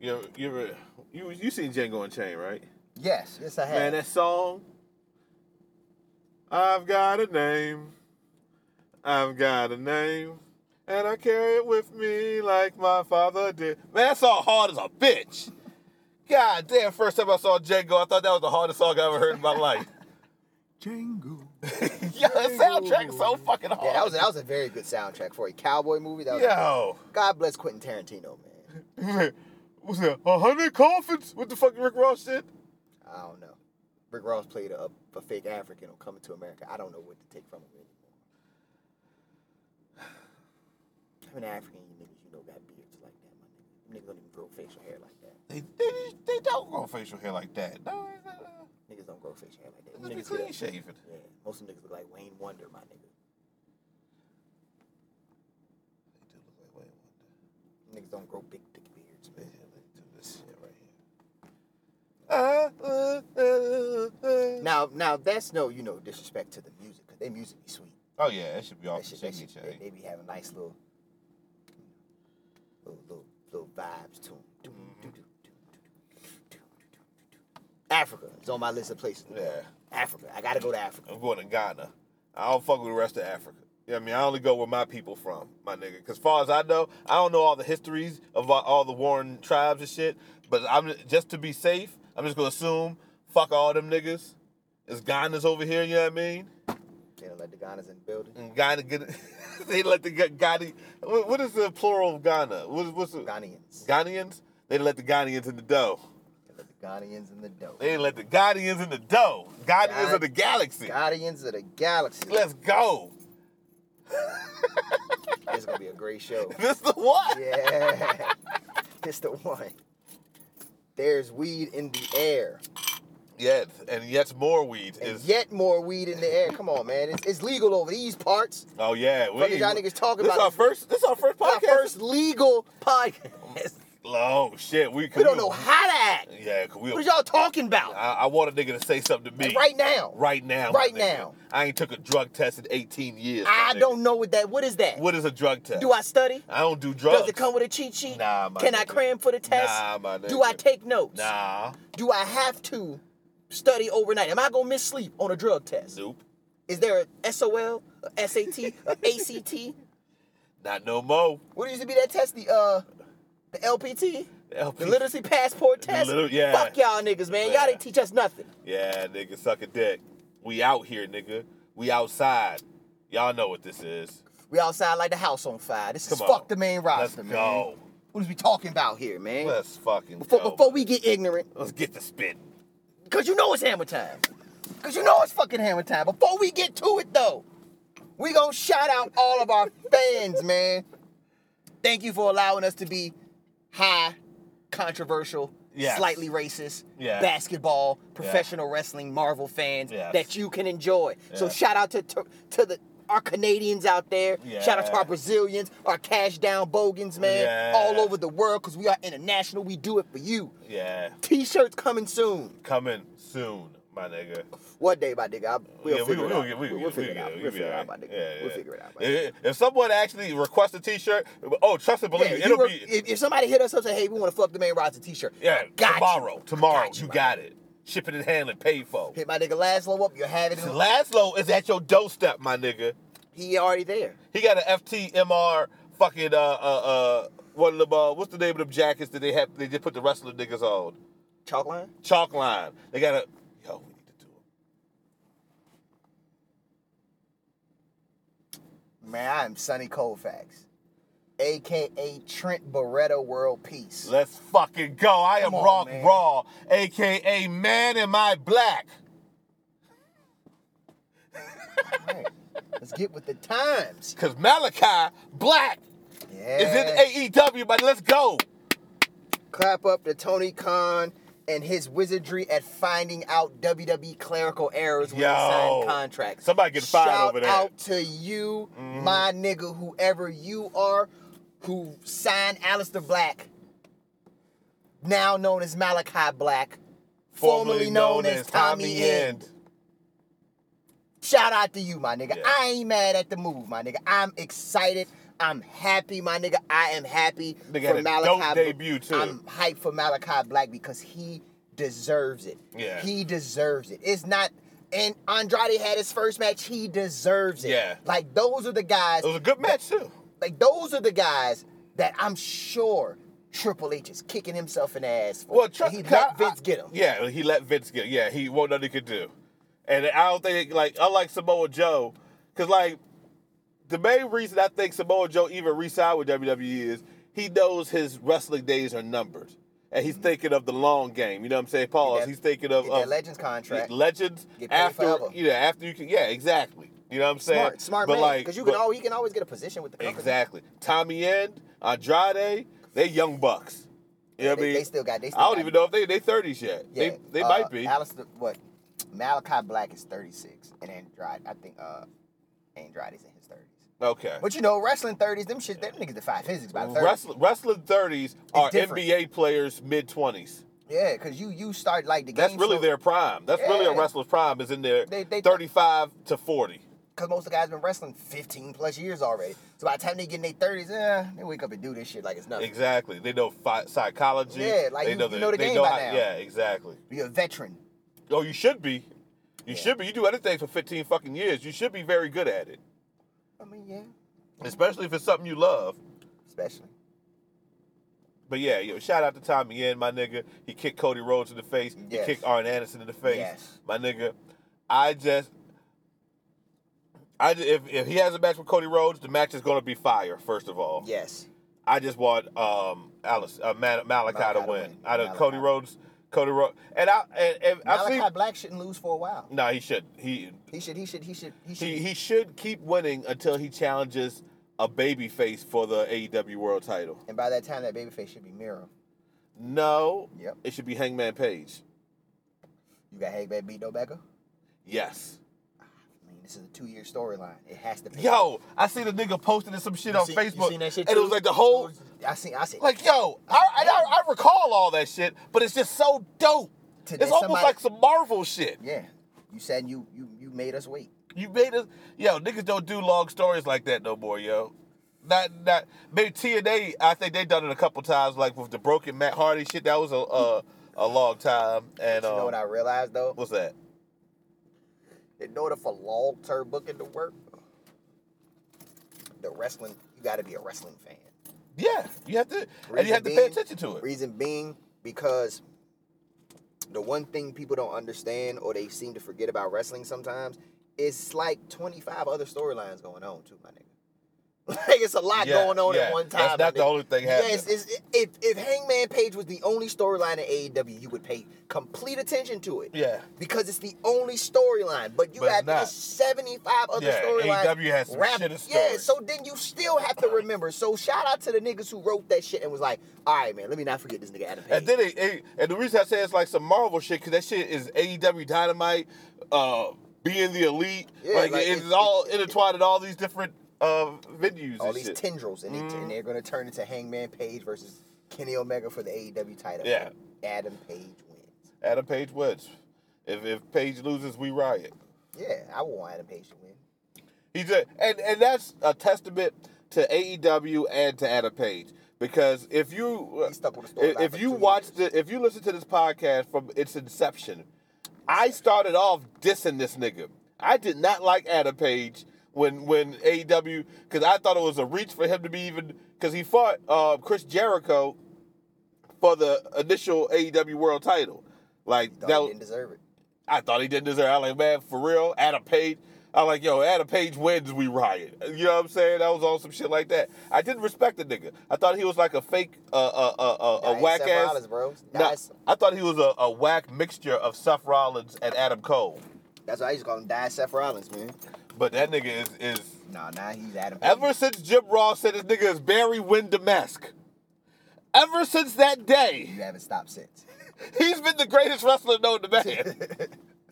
You know, you ever you you seen Django Unchained, right? Yes, yes, I have. Man, that song. I've got a name. I've got a name. And I carry it with me like my father did. Man, that song hard as a bitch. God damn, first time I saw Django, I thought that was the hardest song I ever heard in my life. Django. yeah, that soundtrack is so fucking hard. yeah, that was that was a very good soundtrack for a cowboy movie. That was Yo. God bless Quentin Tarantino, man. What's that? A hundred coffins? What the fuck Rick Ross did? I don't know. Rick Ross played a, a fake African on Coming to America. I don't know what to take from him anymore. I'm an African, you niggas, you know, got beards like that, my nigga. You niggas don't even grow facial hair like that. They, they, they don't grow facial hair like that. No, it's not- uh, Niggas don't grow facial hair like that. it's You be niggas look- clean shaven. Yeah, most of them niggas look like Wayne Wonder, my nigga. They do look like Wayne Wonder. Niggas don't grow big, thick beards, man. They do this shit right here. Ah, uh, uh, uh. Now, now that's no, you know, disrespect to the music, 'cause they music be sweet. Oh yeah, that should be off That the shit, that shit, signature. they, they be having nice little, little, little, little vibes to them. Africa is on my list of places. to go. Yeah. Africa. I gotta go to Africa. I'm going to Ghana. I don't fuck with the rest of Africa. You know what I mean, I only go where my people from, my nigga. Because far as I know, I don't know all the histories of all- all the warring tribes and shit. But I'm just to be safe, I'm just gonna assume fuck all them niggas. It's Ghana's over here. You know what I mean? They don't let the Ghana's in the building. And Ghana get they let the Ga- Ghana. What what is the plural of Ghana? What is what's the, Ghanaians. Ghanaians? They let the Ghanaians in the dough. They let the Ghanaians in the dough. They let the Ghanaians in the dough. Ghanaians Ghana- of the galaxy. Guardians of the Galaxy. Let's go. This is gonna be a great show. This the one. Yeah. it's the one. There's weed in the air. Yes, and yet more weed And is. yet more weed in the air. Come on, man. It's, it's legal over these parts. oh yeah, we. Fuck is y'all niggas talking this about? Our first, this our first Our podcast. first legal podcast. Oh shit, we. We don't know how to act. Yeah, 'cause we. What are y'all talking about? I, I want a nigga to say something to me Right now. right now, my Right nigga. now. I ain't took a drug test in 18 years. my I nigga. don't know what that. What is that? What is a drug test? Do I study? I don't do drugs. Does it come with a cheat sheet? Nah, my Can I nigga. cram for the test? Nah, my nigga. Do I take notes? Nah. Do I have to study overnight? Am I gonna miss sleep on a drug test? Nope. Is there a SOL, a SAT, a ACT? Not no more. What used to be that test? The uh, the LPT, LP. the literacy passport test. liter- yeah. Fuck y'all niggas, man. Yeah. Y'all didn't teach us nothing. Yeah, nigga, suck a dick. We out here, nigga. We outside. Y'all know what this is. We outside like the house on fire. This is Come on. fuck the main roster, Let's man. go. What is we talking about here, man? Let's fucking before, go. before we get ignorant, Let's get the spit. cause you know it's hammer time. Cause you know it's fucking hammer time. Before we get to it though, we gonna shout out all of our fans, man. Thank you for allowing us to be high, controversial, Yes. slightly racist, Yeah. basketball, professional wrestling, Marvel fans Yes. that you can enjoy. So Yeah. shout out to, to to the our Canadians out there. Shout out to Yeah. our Brazilians, our cash down bogans, man, Yeah. all over the world, cause we are international. We do it for you. Yeah. T-shirts coming soon. Coming soon, my nigga. One day, my nigga. I, we'll Yeah, figure it we'll out. get- We'll, get- figure it get- out. we'll We'll be figure it out, alright. my nigga. Yeah, We'll yeah. figure it out, my nigga. If, if someone actually requests a T-shirt, oh, trust and believe Yeah, me, if it'll you were- be if, if somebody hit us up and say, hey, we want to fuck the main roster t-shirt. yeah I got tomorrow. You. Tomorrow, I got you, you, my got it. Shipping and handling, paid for. nigga. Hit my nigga Laszlo up. You have it. In, Laszlo is at your doorstep, my nigga. he already there. He got an FTMR fucking uh uh uh one of them uh, what's the name of them jackets that they have they just put the wrestler niggas on. Chalk line? Chalk line. They got a yo, we need to do it. Man, I am Sonny Colfax, a.k.a. Trent Beretta World Peace. Let's fucking go. I am Come on, Rock man. Raw, aka Man Am I Black. Right. Let's get with the times. Cause Malachi Black Yeah. is in AEW, but let's go. Clap up to Tony Khan and his wizardry at finding out WWE clerical errors when he Yo. signed contracts. Somebody get fired Shout over Mm-hmm. that. out to you, my nigga, whoever you are, who signed Alistair Black, now known as Malachi Black, formerly, known, as Tommy End. Shout out to you, my nigga. Yeah. I ain't mad at the move, my nigga. I'm excited. I'm happy, my nigga. I am happy Nigga for had a Malachi. dope debut, too. I'm hyped for Malachi Black because he deserves it. Yeah. He deserves it. It's not. And Andrade had his first match. He deserves it. Yeah. Like those are the guys. It was a good match too. Like those are the guys that I'm sure Triple H is kicking himself in the ass for. Well, Tr- And he I- I- let Vince get him. Yeah, he let Vince get. Yeah, he what nothing he could do, and I don't think like unlike Samoa Joe, because like the main reason I think Samoa Joe even re-signed with WWE is he knows his wrestling days are numbered, and he's thinking of the long game. You know what I'm saying, Paul? that- he's thinking of, get that of Legends contract. legends Get paid after forever. you know after you can. Yeah, exactly. You know what I'm saying? Smart, smart But, man. like, Because you can but- always he can always get a position with the company. Exactly. Tommy End, Andrade, they young bucks. You know what I They- mean? they still got- they still I don't got- even know if they they thirties yet. Yeah, they they uh, might be. Alistair, what? Malachi Black is 36, and Andrade, I think uh, Andrade's in his 30s. okay. But you know, wrestling 30s, them shit, them niggas defy physics by 30. Wrestling wrestling thirties are different. NBA players mid twenties. Yeah, because you you start like the That's game. really their prime. That's really a Yeah. wrestler's prime is in their They- they- thirty five to forty. Because most of the guys been wrestling 15 plus years already. So by the time they get in their 30s, eh, they wake up and do this shit like it's nothing. Exactly. They know fi- psychology. Yeah, like you- they you know the they game know by how- now. Yeah, exactly. You're a veteran. Oh, you should be. You should be. You do anything for fifteen fucking years. You should be very good at it, I mean, yeah, especially if it's something you love. especially. But yeah, yo, shout out to Tommy Yen, my nigga. He kicked Cody Rhodes in the face. Yes. He kicked Arn Anderson in the face, Yes. my nigga. I just, I ju- if if he has a match with Cody Rhodes, the match is gonna be fire. First of all, Yes. I just want um Alice uh, Man, Malachi, Malachi to to win. win. Out of Malachi. Cody Rhodes, Cody Rhodes, and I and, and I've Malachi seen. Black shouldn't lose for a while. No, he should. He He should, he should, he should, he should. he he should keep winning until he challenges a baby face for the AEW World Title. and by that time, that babyface should be Miro. No, Yep. it should be Hangman Page. You got Hagman beat No Becca? Yes. I mean, this is a two-year storyline. It has to. Pay. Yo, I seen a nigga posting some shit You on see- you Facebook, seen that shit and it too? was like the whole, I see. I see. like yo, I, and I I recall all that shit, but it's just so dope. To that it's almost somebody- like some Marvel shit. yeah, you said you you you made us wait. You made us, yo, niggas don't do long stories like that no more, yo. Not not maybe TNA. I think they done it a couple times, like with the broken Matt Hardy shit. That was a uh, a long time, and You know um, what I realized though? what's that? In order for long-term booking to work, the wrestling you got to be a wrestling fan. Yeah, you have to, and you Reason have to pay being- attention to it. Reason being because the one thing people don't understand or they seem to forget about wrestling sometimes is like 25 other storylines going on too, my nigga. Like it's a lot Yeah, going on yeah. at one That's time. my not the nigga. only thing happening. Yes, it's, if if Hangman Page was the only storyline in AEW, you would pay complete attention to it. Yeah. Because it's the only storyline, but you But it's got not. this 75 other Yeah, storylines. AEW has some wrapped- shit of Yeah, stories. so so then you still have to remember. So shout out to the niggas who wrote that shit and was like, all right, man, let me not forget this nigga Adam Page. And then it, it- and the reason I say it's like some Marvel shit because that shit is AEW Dynamite, uh, being the elite. Yeah, like, like, it's, it's- all it's- intertwined at all these different uh, venues. all and these shit. Mm-hmm. tendrils, and, they, and they're gonna turn into Hangman Page versus Kenny Omega for the AEW title. Yeah. Adam Page wins. Adam Page wins. If if Page loses, we riot. Yeah, I want Adam Page to win. He just and and that's a testament to AEW and to Adam Page because if you uh, He stuck with the storyline if, for if you two watch the if you listen to this podcast from its inception, I started off dissing this nigga. I did not like Adam Page when when AEW because I thought it was a reach for him to be even because he fought uh, Chris Jericho for the initial AEW World Title. Like Thought that he was, didn't deserve it. I thought he didn't deserve. it. I like, man, for real, Adam Page. I like, yo, Adam Page wins, we riot. You know what I'm saying? That was on some shit like that. I didn't respect the nigga. I thought he was like a fake, uh, uh, uh, uh, Nah, a it's whack Seth ass. Rollins, bro. Nah, Nah, it's- I thought he was a, a whack mixture of Seth Rollins and Adam Cole. That's why I used to call him Die Seth Rollins, man. But that nigga is is Nah, nah, he's Adam. Page. ever since Jim Ross said this nigga is Barry Windham-esque. Ever since that day, you haven't stopped since. he's been the greatest wrestler known to man.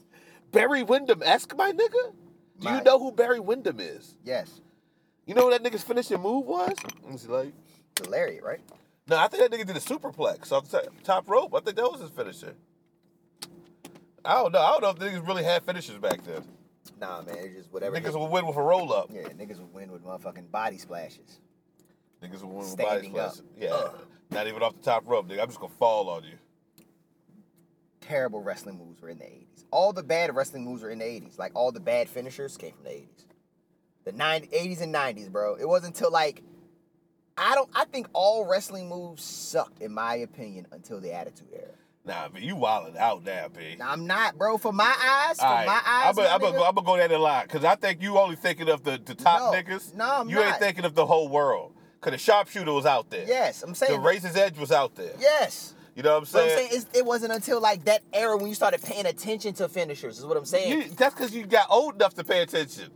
Barry Windham-esque, my nigga. Do you My- know who Barry Windham is? Yes, You know what that nigga's finishing move was? It's like, the lariat, right? no, I think that nigga did a superplex off the top- top rope. I think that was his finisher. I don't know. I don't know if niggas really had finishers back then. Nah, man, it's just whatever. Niggas nigga- would win with a roll up. yeah, niggas would win with motherfucking body splashes. Niggas will win with body Standing splash. up. Yeah. Ugh. Not even off the top rope, nigga. I'm just gonna fall on you. Terrible wrestling moves were in the 80s. All the bad wrestling moves were in the 80s. Like all the bad finishers came from the 80s. The 90, 80s and 90s, bro. It wasn't until like I don't I think all wrestling moves sucked in my opinion until the Attitude Era. Nah, but you wildin' out now, B. Now, I'm not, bro. For my eyes, for All right. my eyes, I'm my gonna nigga, go, I'ma go down the line because I think you only thinking of the, the top No. niggas. No, I'm you ain't not. thinking of the whole world. Cause the sharpshooter was out there. yes, I'm The saying racist edge was out there. yes. You know what I'm But I'm saying? saying it's, it wasn't until like that era when you started paying attention to finishers. Is what I'm saying. You- that's because you got old enough to pay attention.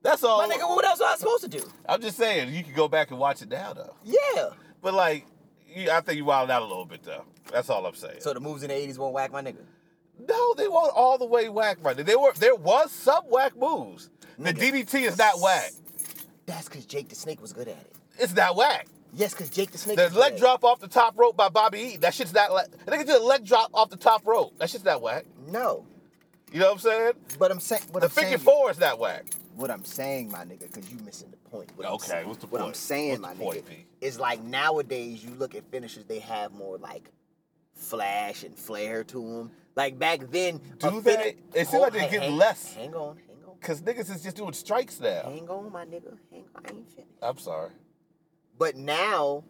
That's all. my nigga, what else was I supposed to do? I'm just saying you can go back and watch it now though. Yeah. But like, you, I think you wilded out a little bit though. That's all I'm saying. So the moves in the '80s won't whack my nigga. no, they weren't all the way whack right. There were there was some whack moves. The Nigga. DDT is not whack. That's because Jake the Snake was good at it. It's not whack. Yes, because Jake the Snake. The was good at leg it. drop off the top rope by Bobby Eaton. That shit's not like. Nigga did a leg drop off the top rope. That shit's not whack. No, You know what I'm saying? but I'm saying. What The I'm saying, figure four is not whack. What I'm saying, my nigga, because you missing the point. What I'm Okay, saying- what's the What I'm point? saying, What's my the point, nigga, B? is like nowadays you look at finishers, they have more like flash and flair to them. Like back then, a Do they? fini- It seems Hold- like they're hang- getting hang- less. Hang on, hang on, Cause niggas is just doing strikes now. hang on, my nigga, hang on. I ain't finished. I'm sorry. But now,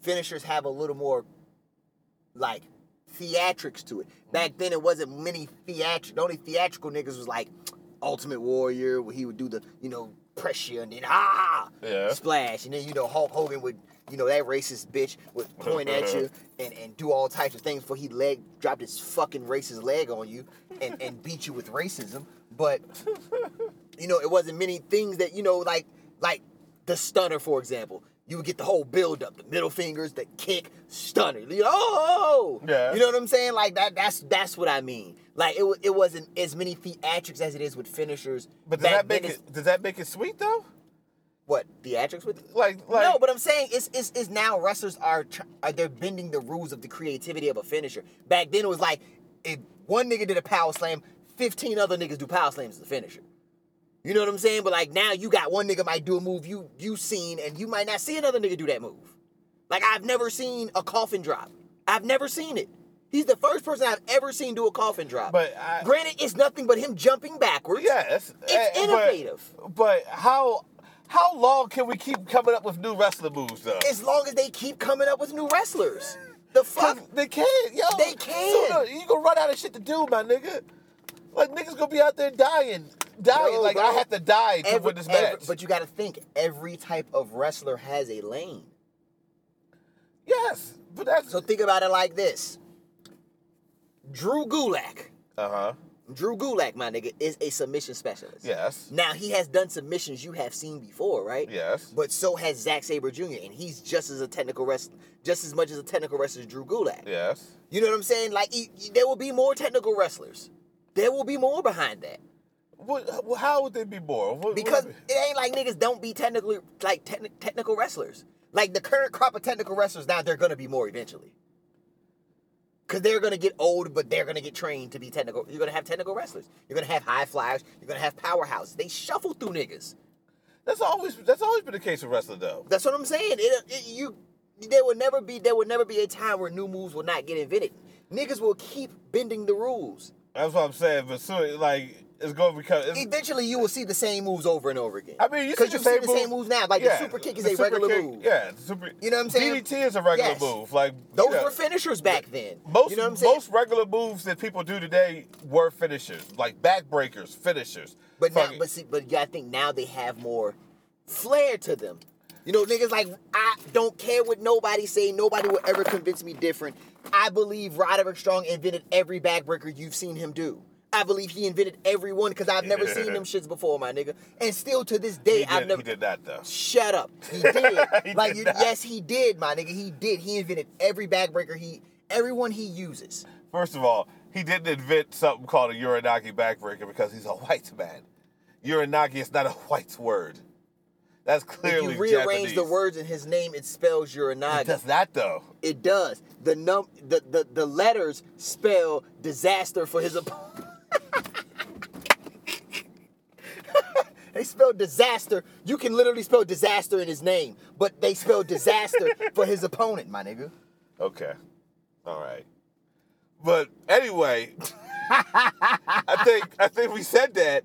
finishers have a little more like theatrics to it. Back then, it wasn't many theatric. The only theatrical niggas was like Ultimate Warrior, where he would do the you know pressure and then ah Yeah. splash, and then you know Hulk Hogan would you know that racist bitch would point at you and, and do all types of things before he leg dropped his fucking racist leg on you and and beat you with racism, but you know, it wasn't many things that you know, like like the stunner, for example. You would get the whole build up, the middle fingers, the kick, stunner. You know, oh, Yeah. you know what I'm saying? Like that. That's that's what I mean. Like it, wa- it wasn't as many theatrics as it is with finishers. But does Back that make then, it? it's- Does that make it sweet though? what theatrics with? Like, like no, but I'm saying it's, it's, it's now wrestlers are, tr- are they're bending the rules of the creativity of a finisher. Back then it was like if one nigga did a power slam, 15 other niggas do power slams as a finisher. You know what I'm saying? But like now you got one nigga might do a move you you seen and you might not see another nigga do that move. Like I've never seen a coffin drop. I've never seen it. He's the first person I've ever seen do a coffin drop. But I- granted, it's nothing but him jumping backwards. yes, It's eh, but- innovative. But, how how long can we keep coming up with new wrestling moves though? as long as they keep coming up with new wrestlers. The fuck? They can't, yo. They can. Sooner, you gonna run out of shit to do, my nigga. Like niggas gonna be out there dying, dying. Yo, like bro. I have to die to win this match. every- but you got to think every type of wrestler has a lane. yes, but that's So think about it like this: Drew Gulak, uh huh. Drew Gulak, my nigga, is a submission specialist. Yes. Now he has done submissions you have seen before, right? Yes. But so has Zack Saber Jr. and he's just as a technical wrestler, just as much as a technical wrestler as Drew Gulak. Yes. You know what I'm saying? Like he- he- there will be more technical wrestlers. There will be more behind that. What, well, how would they be more? What- what- Because it ain't like niggas don't be technically like techni- technical wrestlers. Like the current crop of technical wrestlers now, they're gonna be more eventually. Cause they're gonna get old, but they're gonna get trained to be technical. You're gonna have technical wrestlers. You're gonna have high flyers. You're gonna have powerhouses. They shuffle through niggas. that's always that's always been the case with wrestling though. That's what I'm saying. It, it- you, there will never be there will never be a time where new moves will not get invented. Niggas will keep bending the rules. That's what I'm saying. But soon, like it's gonna become. It's, Eventually, you will see the same moves over and over again. I mean, you see 'Cause the you've same seen the same move- moves now. Like yeah, the super kick is the a super regular kick- move. Yeah, the super. You know what I'm saying? DDT is a regular Yes. move. Like Those yeah. were finishers back then. Most you know what I'm saying? most regular moves that people do today were finishers, like backbreakers, finishers. but now, Fucking- but see, but yeah, I think now they have more flair to them. You know, niggas like I don't care what nobody say. Nobody will ever convince me different. I believe Roderick Strong invented every backbreaker you've seen him do. I believe he invented every one because I've never seen them shits before, my nigga. And still to this day, he, I've did, never. he did that though. Shut up. He did. He like did you, not. yes, he did, my nigga. He did. He invented every backbreaker he everyone he uses. First of all, he didn't invent something called a Uranagi backbreaker because he's a white man. Uranagi is not a white word. That's clearly if you rearrange the Japanese. words in his name, it spells It Uranaga. does that though. It does. The num the, the, the letters spell disaster for his opponent. They spelled disaster. You can literally spell disaster in his name, but they spelled disaster for his opponent, my nigga. Okay. All right. But anyway, I think I think we said that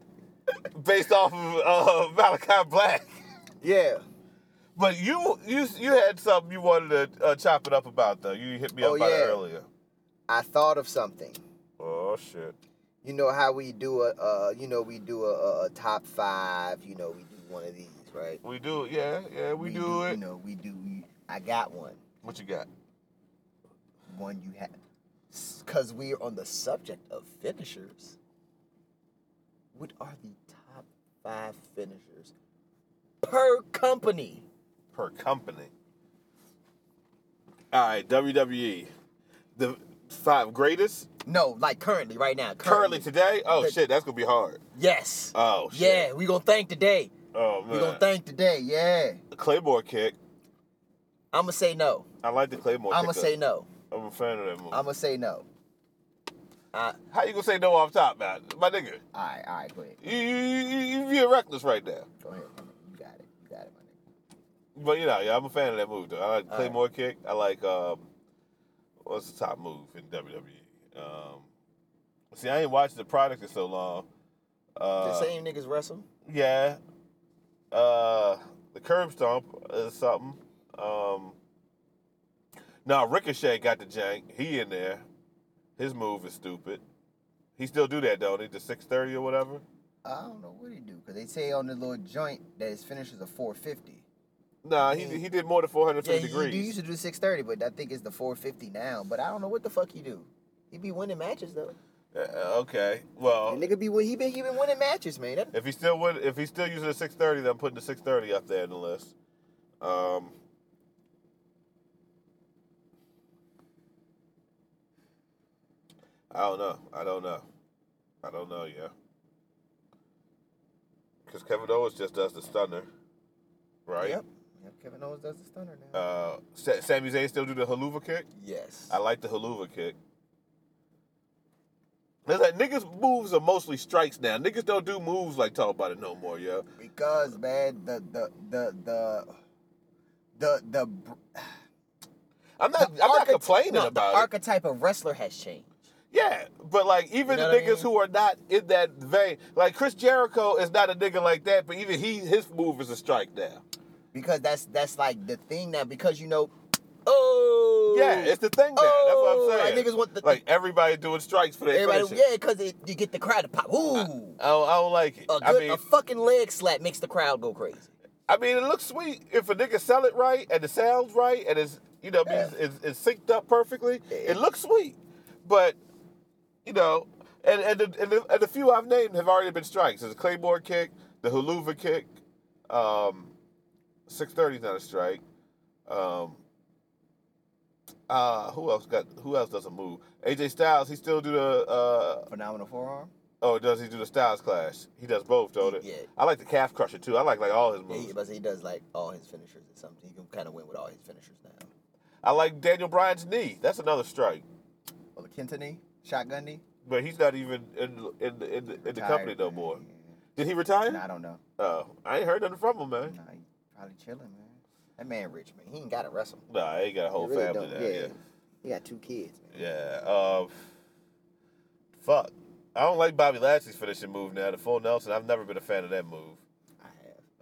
based off of uh, Malachi Black. Yeah. But you you you had something you wanted to uh, chop it up about though. You hit me up Oh, about it yeah. earlier. I thought of something. Oh shit. You know how we do a, uh, you know, we do a, a, a top five. You know, we do one of these, right? We do it. Yeah, yeah, we, do it. You know, we do. We, I got one. What you got? One you have, because we're on the subject of finishers. What are the top five finishers per company? per company. All right, WWE, the five greatest No, like currently, right now. Currently, currently today. Oh The- shit, that's gonna be hard. Yes. Oh shit. Yeah, we gonna thank today. Oh We gonna man. thank today. Yeah. Claymore kick. I'm gonna say no. I like the Claymore. I'm gonna kick. say no. I'm a fan of that move. I'm gonna say no. I, How you gonna say no off top, man? My nigga, all right, all right, go ahead. you you, you, you being reckless right now. Go ahead. my nigga. You got it. You got it, my nigga. But you know, yeah, I'm a fan of that move though. I like the All right. Claymore kick. I like um, what's the top move in WWE? Um, see, I ain't watched the product in so long. Uh, the same niggas wrestle. Yeah. Uh, the curb stomp is something. Um, now Ricochet got the jank. He in there. His move is stupid. He still do that don't he? The six thirty or whatever. I don't know what he do because they say on the little joint that his finishes are 450. Nah, he he did more than four hundred Yeah, fifty he, he do- used degrees. to do 630, but I think it's the 450 now. But I don't know what the fuck he do. He be winning matches though. Uh, okay. Well, That nigga be win- he been he been winning matches, man. That, if he still would, if he's still using the six thirty, then I'm putting the six thirty up there in the list. Um. I don't know. I don't know. I don't know. Yeah. Because Kevin Owens just does the stunner, right? Yep. Yep. Kevin Owens does the stunner now. Uh, Sa- Sami Zayn still do the haluva kick. yes. I like the haluva kick. There's like niggas moves are mostly strikes now. Niggas don't do moves like talk about it no more, yo. because man, the the the the the the, br- I'm not. the I'm not archety- complaining no, about the it. archetype of wrestler has changed. yeah, but like even You know what the I niggas mean? who are not in that vein, like Chris Jericho is not a nigga like that. But even he, his move is a strike now. because that's that's like the thing now because you know oh Yeah, it's the thing now. Oh, That's what I'm like saying. niggas want the- like everybody doing strikes for their everybody finishes. yeah because you get the crowd to pop ooh I don't, I don't like it. a good I mean, a fucking leg slap makes the crowd go crazy I mean, it looks sweet if a nigga sell it right and it sounds right and it's you know I mean, Yeah. it's, it's synced up perfectly. Yeah. It looks sweet, but you know, and and the, and, the, and the few I've named have already been strikes. There's a claymore kick, the huluva kick, um, six thirty is not a strike. Um, uh, who else got? Who else doesn't move? AJ Styles, he still do the. Uh, phenomenal forearm oh, does he do the Styles Clash? He does both, don't he? Yeah. I like the calf crusher too. I like like all his yeah, moves. he, but he does like all his finishers and something he can kind of win with all his finishers now I like Daniel Bryan's knee. That's another strike. well the Kintani shotgun knee But he's not even in in in, in the company no more. Did he retire? Nah, I don't know Oh, I ain't heard nothing from him, man. nah, he probably chilling man that man rich man he ain't gotta wrestle Nah, I ain't got a whole He really family don't. now. Yeah, he got two kids man. yeah. Uh, fuck. I don't like Bobby Lashley's finishing move now. The full Nelson. I've never been a fan of that move.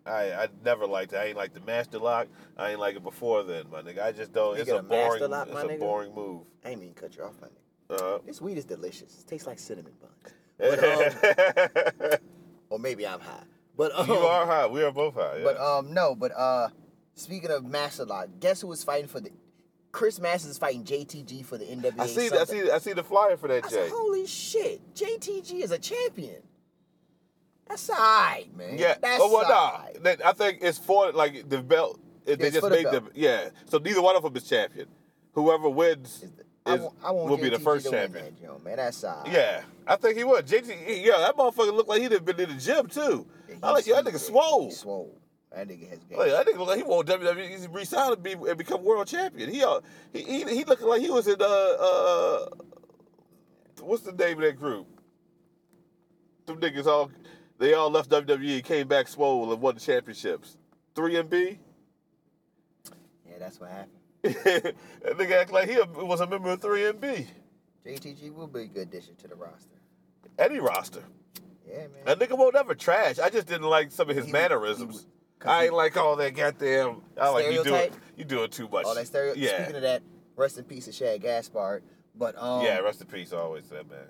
I have I I never liked it. I ain't like the master lock. I ain't like it before then, my nigga. I just don't. It's Speaking a of Master boring. Lock, it's my a nigga. boring move. I ain't mean to cut you off my nigga Uh, This weed is delicious. It tastes like cinnamon buns. But, um, or maybe I'm high. But um, you are high. We are both high. Yeah. But um, no. But uh, speaking of Master Lock, guess who was fighting for the? Chris Masters is fighting JTG for the NWA. I see. I something. see. I see the flyer for that, I Jay. said, holy shit! JTG is a champion. That's alright, man. Yeah. That's oh well, nah. alright. That- I think it's for like the belt. If they It's just for the made belt. them. Yeah. So neither one of them is champion. Whoever wins Is the- I is, want, I want will be the JTG first to win champion. that, yo, man. That's all. Yeah. I think he would. JT. he- Yeah. That motherfucker looked like he'd have been in the gym too. I like yo, that nigga swole. Oh, Swole. That nigga has gas. Like, that nigga look like E, he won WWE. He's resigned to be and become world champion. He uh, he he, he looking like he was in uh uh. What's the name of that group? Them niggas all They all left WWE and came back swole and won the championships. 3 and B? Yeah, that's what happened. that nigga act like he a- was a member of 3 and B. JTG will be a good addition to the roster. Any roster. Yeah, man. That nigga won't ever trash. I just didn't like some of his He would- he mannerisms. would- I ain't like all that goddamn. I like you do it. Stereotype? You do it too much. All that stereo. Yeah. Speaking of that, rest in peace to Shad Gaspard. But um, yeah. Rest in peace. I always said, man.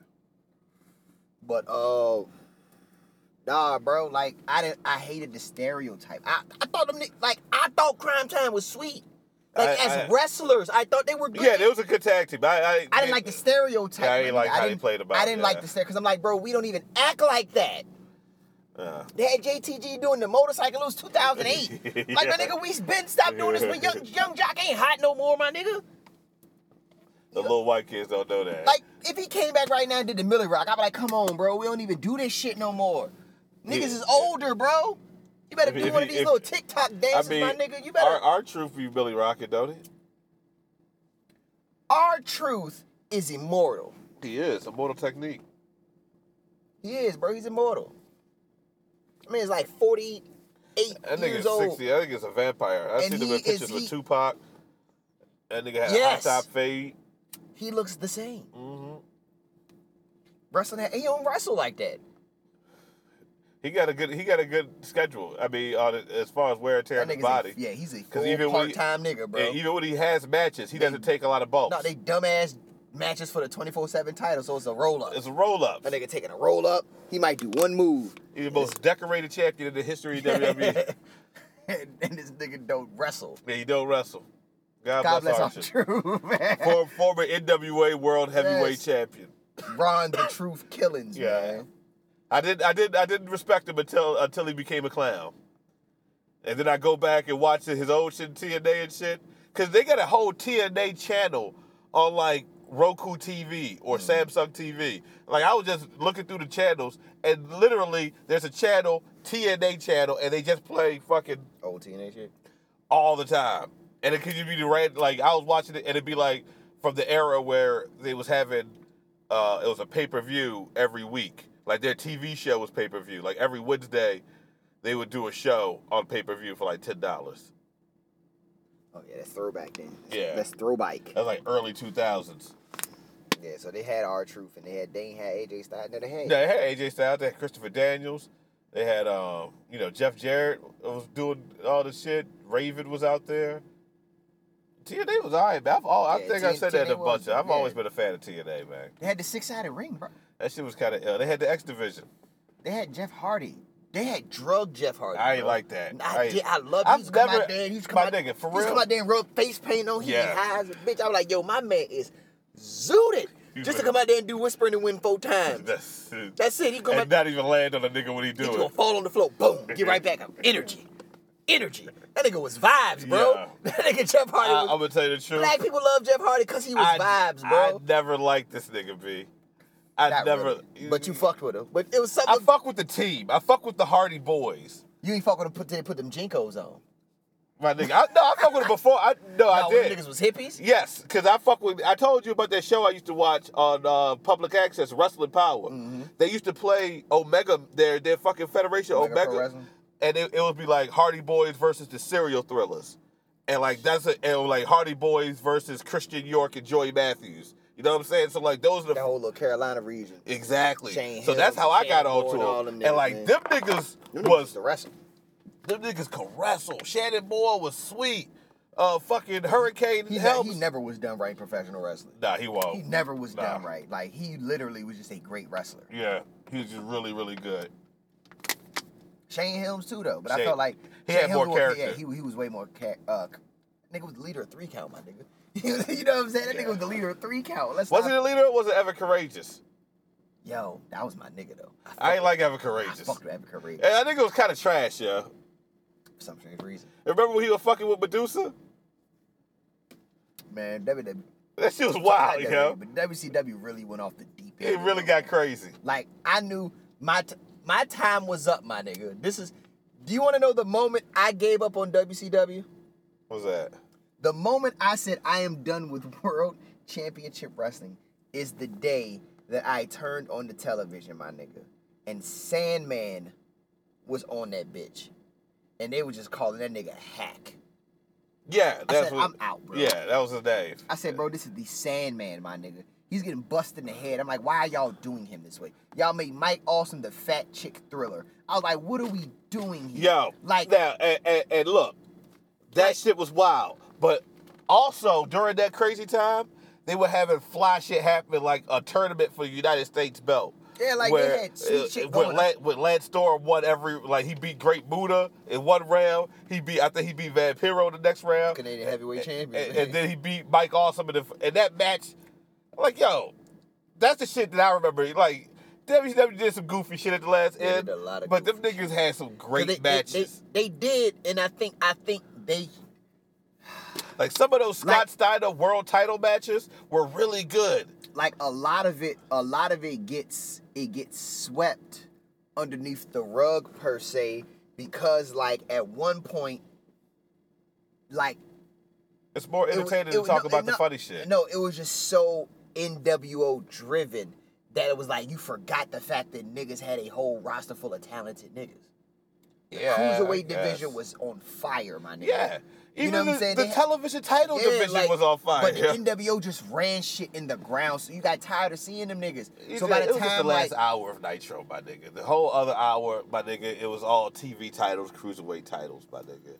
But uh, nah, bro. Like I didn't. I hated the stereotype. I, I thought them. ni- Like I thought Crime Time was sweet. Like I- as I- wrestlers, I thought they were good. Yeah, there was a good tag team. I, I, I didn't like the stereotype. Yeah, I didn't like how they didn't- played about I it, didn't yeah. like the stereotype because I'm like, bro, we don't even act like that. Uh, They had JTG doing the motorcycle. It was 2008. Like my Yeah. nigga, we been stopped doing this. But young young jock ain't hot no more, my nigga. the little white kids don't know that. Like, if he came back right now and did the Millie Rock, I'd be like, come on, bro. We don't even do this shit no more. Niggas Yeah. is older, bro. You better If- do if one of he- these if- little TikTok I dances, mean, my nigga. You better. Our, our truth be Billy Rocket, don't it? Our truth is immortal. He is a mortal technique. He is, bro. He's immortal. I mean, it's like 48 That years nigga's old. sixty. That nigga's a vampire. And I seen him he in is- pictures with he- Tupac. That nigga had Yes. a high top fade. He looks the same. Mm-hmm. Wrestling, he don't wrestle like that. He got a good. He got a good schedule. I mean, on it- as far as wear and tear That on his nigga's body. A, yeah, he's a 'Cause even full when he- part-time nigga, bro. And even when he has matches, he doesn't take a lot of bulks. no, they dumbass matches for the 24-7 title, so it's a roll-up. it's roll ups. That nigga taking a roll up. He might do one move. He's the most decorated champion in the history of WWE. and, and this nigga don't wrestle. yeah, he don't wrestle. God, God bless, bless our bless Archer. truth, man. Form- former NWA World Heavyweight Yes. Champion. Ron the truth killings, Yeah. man. I did I did I didn't respect him until until he became a clown. And then I go back and watch his old shit TNA and shit. Cause they got a whole TNA channel on like Roku TV or Samsung TV. Like I was just looking through the channels and literally there's a channel, TNA channel, and they just play fucking Old teenage shit. all the time. And it could just be the right like I was watching it and it'd be like from the era where they was having uh it was a pay-per-view every week. Like their TV show was pay-per-view. Like every Wednesday they would do a show on pay-per-view for like ten dollars. Oh yeah, that's throwback then. Yeah. That's throwback. That was like early two thousands. Yeah, so they had our truth and they had they ain't had AJ Styles. No, they had They had AJ Styles, they had Christopher Daniels, they had um, you know, Jeff Jarrett was doing all the shit. Raven was out there. TNA was alright, man. I've all, I Yeah, think I T- said that a TNA was- bunch. I've always yeah. been a fan of TNA, man. they had the six sided ring, bro. That shit was kind of ill. They had the X division. They had Jeff Hardy. They had drug Jeff Hardy. I ain't bro. like that. I, did. I love. I've He's come never- out there. and He's come my out. nigga, for he's real. come out there and rub face paint on. He Yeah. high as a bitch. I was like, yo, my man is zooted You just to better- come out there and do whispering and win four times. That's it. That's it. He come out and not even land on a nigga when he He's do gonna it. fall on the floor. Boom. Get right back up. Energy. Energy. That nigga was vibes, bro. Yeah. That nigga Jeff I, Hardy. am was- gonna tell you the truth. black people love Jeff Hardy because he was I, vibes, I bro. never liked this nigga, B. I Not never. really, But you fucked with him. But it was I something. fuck with the team. I fuck with the Hardy Boys. you ain't fuck with him. Put they put them jinkos on. My nigga. I, no, I fuck with him before. I no, I Nah, when them did. Niggas was hippies. Yes, because I fuck with. I told you about that show I used to watch on uh, public access, Wrestling Power. Mm-hmm. They used to play Omega, their their fucking federation, Omega Pro Omega, Wrestling. and it, it would be like Hardy Boys versus the Serial Thrillers, and like that's a, and like Hardy Boys versus Christian York and Joey Matthews. You know what I'm saying? So like those are the That whole little Carolina region. exactly. Shane so that's Hills, how I Shane got Moore onto and all them them, niggas, and like man. them niggas Them niggas was the wrestling. them niggas could wrestle. Shannon Moore was sweet. Uh, fucking Hurricane He, Helms. he never was done right in professional wrestling. nah, he won't. He never was Oh, Nah. done right. Like he literally was just a great wrestler. Yeah, he was just really, really good. Shane Helms too though, but I Shane- felt like he Shane had more Helms was- character. Yeah, he, he was way more. Ca- uh, nigga was the leader of three count, my nigga. you know what I'm saying? That nigga was the leader of three count. Let's Was he not- the leader or was it Ever Courageous? Yo, that was my nigga though. I ain't like Ever I Courageous. fucked with Epic Career And I think it was kind of trash, yeah. for some strange reason. Remember when he was fucking with Medusa? Man, WWE. That shit was wild, not yo. WWE, But WCW really went off the deep end. It really got crazy. Like I knew my t- my time was up, my nigga. This is. Do you want to know the moment I gave up on WCW? What was that? The moment I said I am done with World Championship Wrestling is the day that I turned on the television, my nigga. and Sandman was on that bitch. And they were just calling that nigga hack. Yeah, that's said, what, "I'm out, bro." Yeah, that was his name. I said, bro, this is the Sandman, my nigga. He's getting busted in the head. I'm like, why are y'all doing him this way? Y'all made Mike Awesome the fat chick thriller. I was like, what are we doing here? Yo, like, now, and, and, and look, that shit was wild. But also during that crazy time, they were having fly shit happen, like a tournament for the United States belt. uh, Yeah, like they had sweet shit with, going Lan, with Lance Storm won every like he beat Great Buddha in one round. He beat I think he beat Vampiro the next round. Canadian eh, heavyweight champion. and, and then he beat Mike Awesome in, the, in that match. Like, yo, that's the shit that I remember. Like, WCW did some goofy shit at the last They end, did a lot of but them niggas had some great they, they- they, matches. they did, and I think I think they like some of those Scott Like- Steiner world title matches were really good. like a lot of it a lot of it gets it gets swept underneath the rug per se because like at one point like It's more it was- entertaining it to was- talk no, about the no, funny shit. No, it was just so NWO driven that it was like you forgot the fact that niggas had a whole roster full of talented niggas. yeah, I Cruiserweight division guess. was on fire, my nigga. Yeah, even you know what the, I'm saying? the They had- television title Yeah, division like, was on fire. But the NWO just ran shit in the ground, so you got tired of seeing them niggas. It so ju- by it the was just time the last like, hour of Nitro, my nigga. The whole other hour, my nigga, it was all TV titles, cruiserweight titles, my nigga.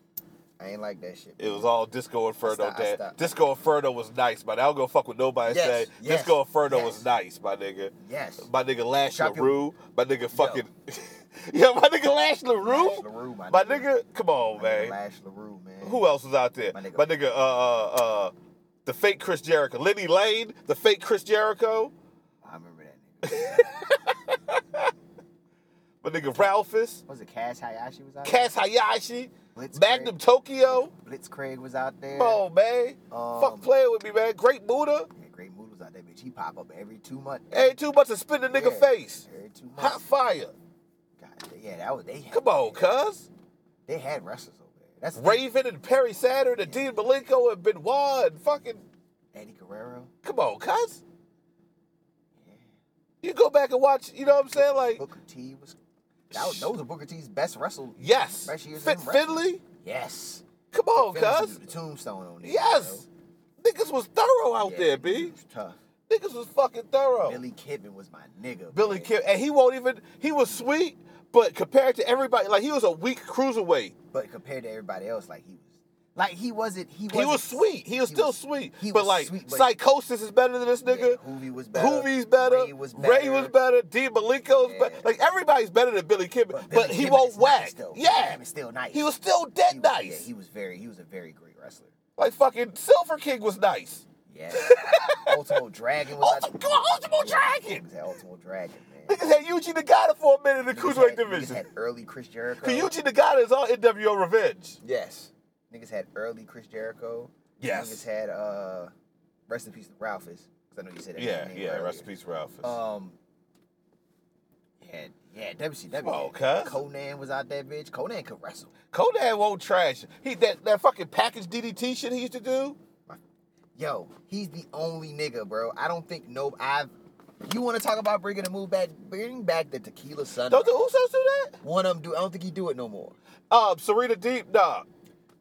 I ain't like that shit. It was all Disco Inferno. I stop- I Dan. stop. Disco Inferno was nice, man. I don't go fuck with nobody Yes, say. yes, Disco Inferno was yes. nice, my nigga. Yes. My nigga Lash Drop your- LaRue. My nigga fucking. yeah, my nigga Lash LaRue. Lash LaRue, my My nigga. nigga, come on, My nigga man. Lash LaRue, man. Who else was out there? My My nigga- nigga, uh, uh, uh, the fake Chris Jericho, Lenny Lane, the fake Chris Jericho. I remember that nigga. My nigga Ralphus. Was it Cass Hayashi was out Cass Hayashi, Blitz Magnum Craig. Tokyo. there? Blitz Craig was out there. Come on, man. Um, Fuck playing with me, man. Great Buddha. Yeah, Great Mood was out there, bitch. He pop up every two months. Ain't too much to spin the nigga Yeah, face. Every two months. Hot fire. God, yeah, that was they. Had, Come on, cuz. They had wrestlers over there. That's the thing. Raven and Perry Saturn and Dean Malenko and Benoit and fucking. Eddie Guerrero, Come on, cuz. You go back and watch, you know what I'm saying? Like, Booker T was. That was, those are Booker T's best wrestled. yes. Best years Fit in wrestling. Finley? Yes. Come on, Finley was Oh, cuz. The tombstone on there. Yes. Niggas was thorough bro. out Yeah, there, he B. was Tough. Niggas was fucking thorough. Billy Kidman was my nigga. Billy man. Kim, and he won't even. He was sweet, but compared to everybody, like he was a weak cruiserweight. But compared to everybody else, like he was, like he wasn't. He, He wasn't, was sweet. He was still was- sweet. he but was like sweet, but- psychosis is better than this nigga. Yeah, Hoovy was better. Hoovy's better. Ray was better. Ray was better. D. Malenko's Yeah. better. Like everybody's better than Billy Kim, but, Billy he Kidman won't is whack. Nice, though. Yeah, Billy Kidman's still nice. he was still dead He was- nice. Yeah, he was very. He was a very great wrestler. like fucking Silver King was nice. Yeah. Ultimo Dragon was. Ulti- come on, Ultimo Dragon! It was Ultimo Dragon, man. Niggas had Yuji Nagata for a minute in the Niggas cruiserweight had- Niggas division. had early Chris Jericho. Cause Yuji Nagata is all NWO Revenge. Yes. Niggas had early Chris Jericho. Yes. Niggas had uh, rest in peace to Ralphus. Cause I know you said that. Yeah, name yeah. earlier. Rest in peace, Ralph. Um. Yeah, yeah. WCW. Come on, cuz. Conan was out that bitch. Conan could wrestle. Conan won't trash. He that, that fucking package DDT shit he used to do. Yo, he's the only nigga, bro. I don't think no. I've. You want to talk about bringing a move back? Bring back the tequila sun. Don't the Usos do that? One of them do. I don't think he do it no more. Um, Serena Deep, nah.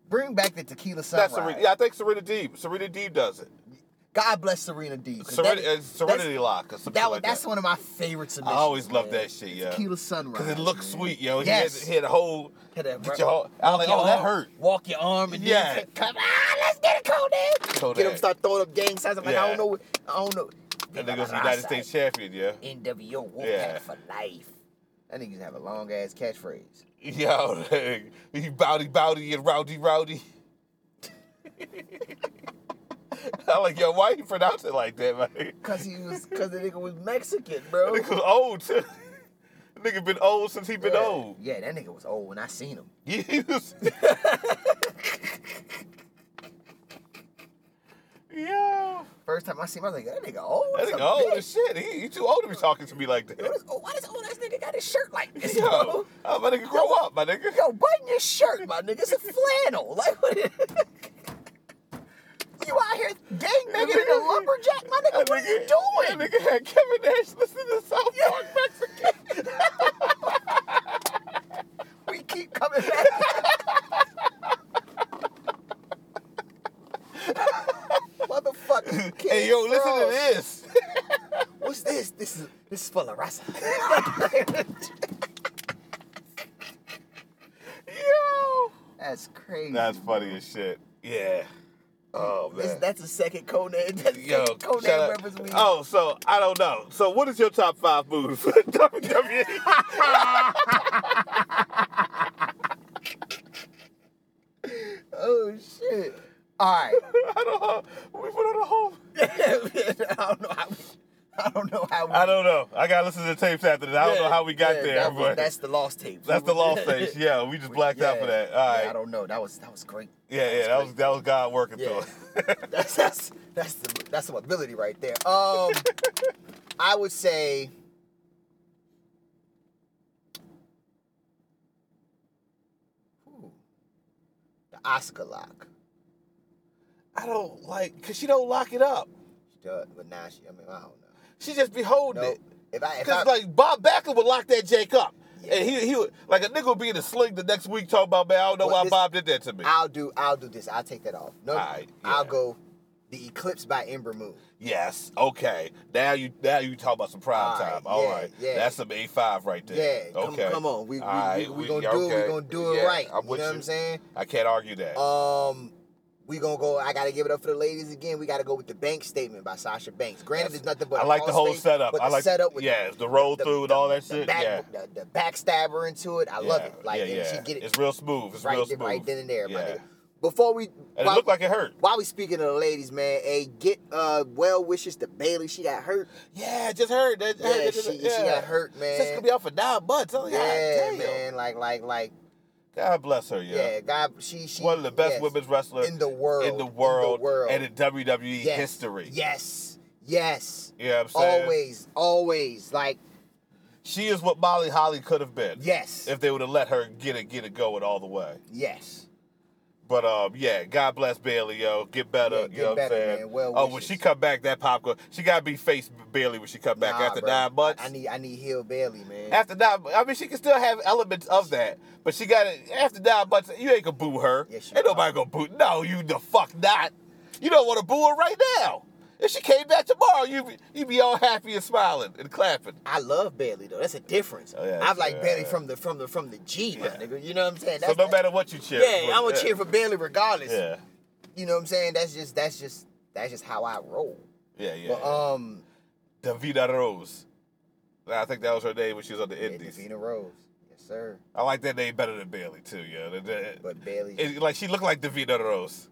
Bring back the tequila sunrise. That's Serena. Yeah, I think Serena Deep. Serena Deep does it. God bless Serena D. 'cause Seren- that- uh, Serenity that's- Lock or something That was, like that's that. one of my favorite submissions. I always man. love that shit, yeah. Tequila sunrise. Cause it looks man. sweet, yo. Yes. He had, he had a whole. Hit that Get bro- your whole, I was walk like, your oh, that arm- hurt. Walk your arm and yeah. Yeah. then come ah, let's get it, Conan. Conan. Get him start throwing up gang signs. I'm like, I Yeah. don't know, what- I don't know. And then goes the United States champion, yeah. NWO Wolfpack Yeah. for life. That nigga's have a long ass catchphrase. Yo, he bowdy bowdy and rowdy rowdy. I like, yo, why you pronounce it like that, man? Cause he was, cause the nigga was Mexican, bro. Nigga was old too. Nigga been old since he been yeah. old. Yeah, that nigga was old when I seen him. He was- yeah. First time I seen him, I was like, that nigga old. That as a nigga old bitch. as shit. He, he too old to be talking to me like Yo, that. this- oh, Why does old ass nigga got his shirt like this, Yo, bro? oh, my nigga, grow up, my nigga. Yo, button your shirt, my nigga. It's a flannel. Like, what is You out here gangbanging in a lumberjack, my nigga. That What are you nigga- doing? That nigga had Kevin Nash listening to South Park Mexican. hey, yo, listen to frogs. this. What's this? This is this is full of rasa. yo. That's crazy. That's funny as shit. Yeah. Oh man. This- that's a second Conan. That's Yo, a second shout Conan out- reference we Oh, so I don't know. So what is your top five moves for E? WWE? Oh, shit. All right. I don't know. We put on a whole. I don't know how. We, I don't know how. We, I don't know. I gotta listen to the tapes after that. I don't know how we got Yeah, there, that was- but that's, that's the lost tape. the law face. Yeah, we just blacked out for that. All I right. don't know. That was that was great. Yeah, yeah. That was that was God working through Yeah. us. that's that's that's the, that's some ability right there. Um, I would say. Ooh, the Oscar lock. I don't like cause she don't lock it up. She does, but now she. I mean, I don't know. She just be holding No, it. if I if I Cause like Bob Backlund would lock that Jake up. And he he would like a nigga would be in the sling the next week talking about man, I don't know Well, why this- Bob did that to me. I'll do I'll do this. I'll take that off. No, Alright, I'll yeah. go. The Eclipse by Ember Moon. Yes. Okay. Now you now you talk about some prime All right, time. All yeah, right. yeah. That's some A five right there. Yeah, come- okay. come on. We- we- All right, we- we gonna do it, we gonna do it right. You know what I'm saying? I can't argue that. Um, we gonna go. I gotta give it up for the ladies again. We gotta go with the bank statement by Sasha Banks. Granted, Yes. there's nothing but I a like the false whole face, setup. But I the like setup with yeah, the roll the- through and all that the shit. back, yeah. the, the backstabber into it. I love Yeah, it. Like yeah, and yeah. she get it It's real smooth. It's real right, smooth. then, right then and there, my Yeah. nigga. Before we, And it looked like it hurt. while we speaking of the ladies, man, hey, get uh well wishes to Bailey. She got hurt. Yeah, it just hurt. That, Yeah, that- she, that- she got hurt, man. Sis could be out for nine months. Oh, yeah, God, damn. man. Like, like, like. God bless her. Yeah, Yeah. God, she, she. One of the best yes. women's wrestlers in the world. in the world, In the world. and in WWE Yes, history. Yes. Yes. You know what I'm saying? Always, always. Like, She is what Molly Holly could have been. yes. If they would have let her get it, get it going all the way. yes. But um, yeah, God bless Bailey, yo. Get better. Yeah, you get know better, what I'm saying? man. Well oh, when wishes. she come back, that popcorn, she gotta be face Bailey when she come back Nah, after bro. nine months. I, I need I need Hill Bailey, man. after nine, I mean, she can still have elements of that, but she got to After nine months, you ain't gonna boo her. Yes, you ain't nobody gonna boo. No, you the fuck not. You don't want to boo her right now. If she came back tomorrow, you be- you be all happy and smiling and clapping. I love Bailey though. That's a difference. Oh, yeah, I've that's- like yeah, Bailey yeah. from the from the from the G, my Yeah. nigga. You know what I'm saying? so That's, no matter what you cheer, Yeah, for- I'm gonna cheer for Bailey regardless. Yeah, You know what I'm saying? That's just that's just that's just how I roll. yeah, yeah. But um, Davida Rose. I think that was her name when she was on the yeah, Indies. Davina Rose, yes sir. I like that name better than Bailey too. Yeah, That- that- But Bailey, it- like she looked like Davina Rose.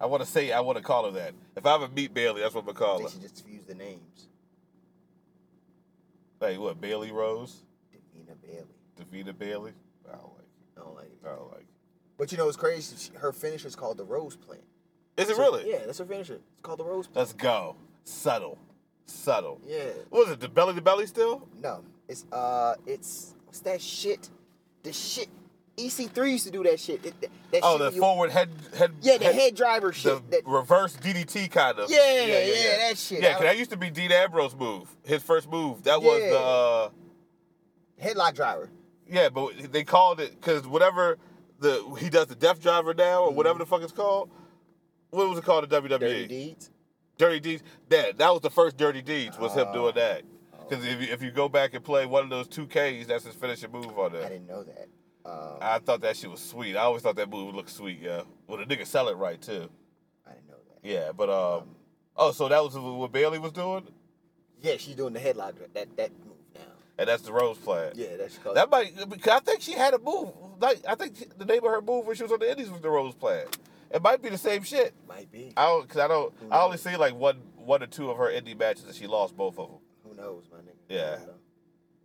I want to say I want to call her that. If I ever meet Bailey, that's what I'm gonna I call her. think she just fused the names. Like what? Bailey Rose, Davina Bailey. Davina Bailey. I don't like. It. I don't like it. I don't like. It. But you know what's crazy? She, her finisher is called the Rose Plant. Is it So- really? Yeah, that's her finisher. It's called the Rose Plant. Let's go. Subtle, subtle. Yeah. What was it? The belly to belly still? No, it's uh, it's what's that shit? The shit. EC3 used to do that shit. It, that, that Oh, shit the where you- forward head head. Yeah, the head driver the shit. That, reverse DDT kind of. Yeah, yeah, that shit. I Yeah, 'cause don't- that used to be Dean Ambrose's move. His first move. That was Yeah. the. Uh, headlock driver. yeah, but they called it because whatever the he does the death driver now or Mm. whatever the fuck it's called. What was it called in E? WWE? Dirty deeds. Dirty Deeds. That that was the first Dirty Deeds was him Oh. doing that. Because if, you- if you go back and play one of those two Ks, that's his finishing move on I there. didn't know that. Um, I, thought that shit was sweet. I always thought that move looked sweet, yeah. Well, the nigga sell it right too. I didn't know that. Yeah, but um, oh, so that was what Bailey was doing, Yeah, she's doing the headlock dri- that that move now. and that's the Rose plan. Yeah, that's called. That might because I think she had a move. Like I think she- the name of her move when she was on the Indies was the Rose plan. It might be the same shit. might be. I don't because I don't. Who I only knows? see like one one or two of her indie matches, and she lost both of them. Who knows, my nigga? I Yeah. don't know.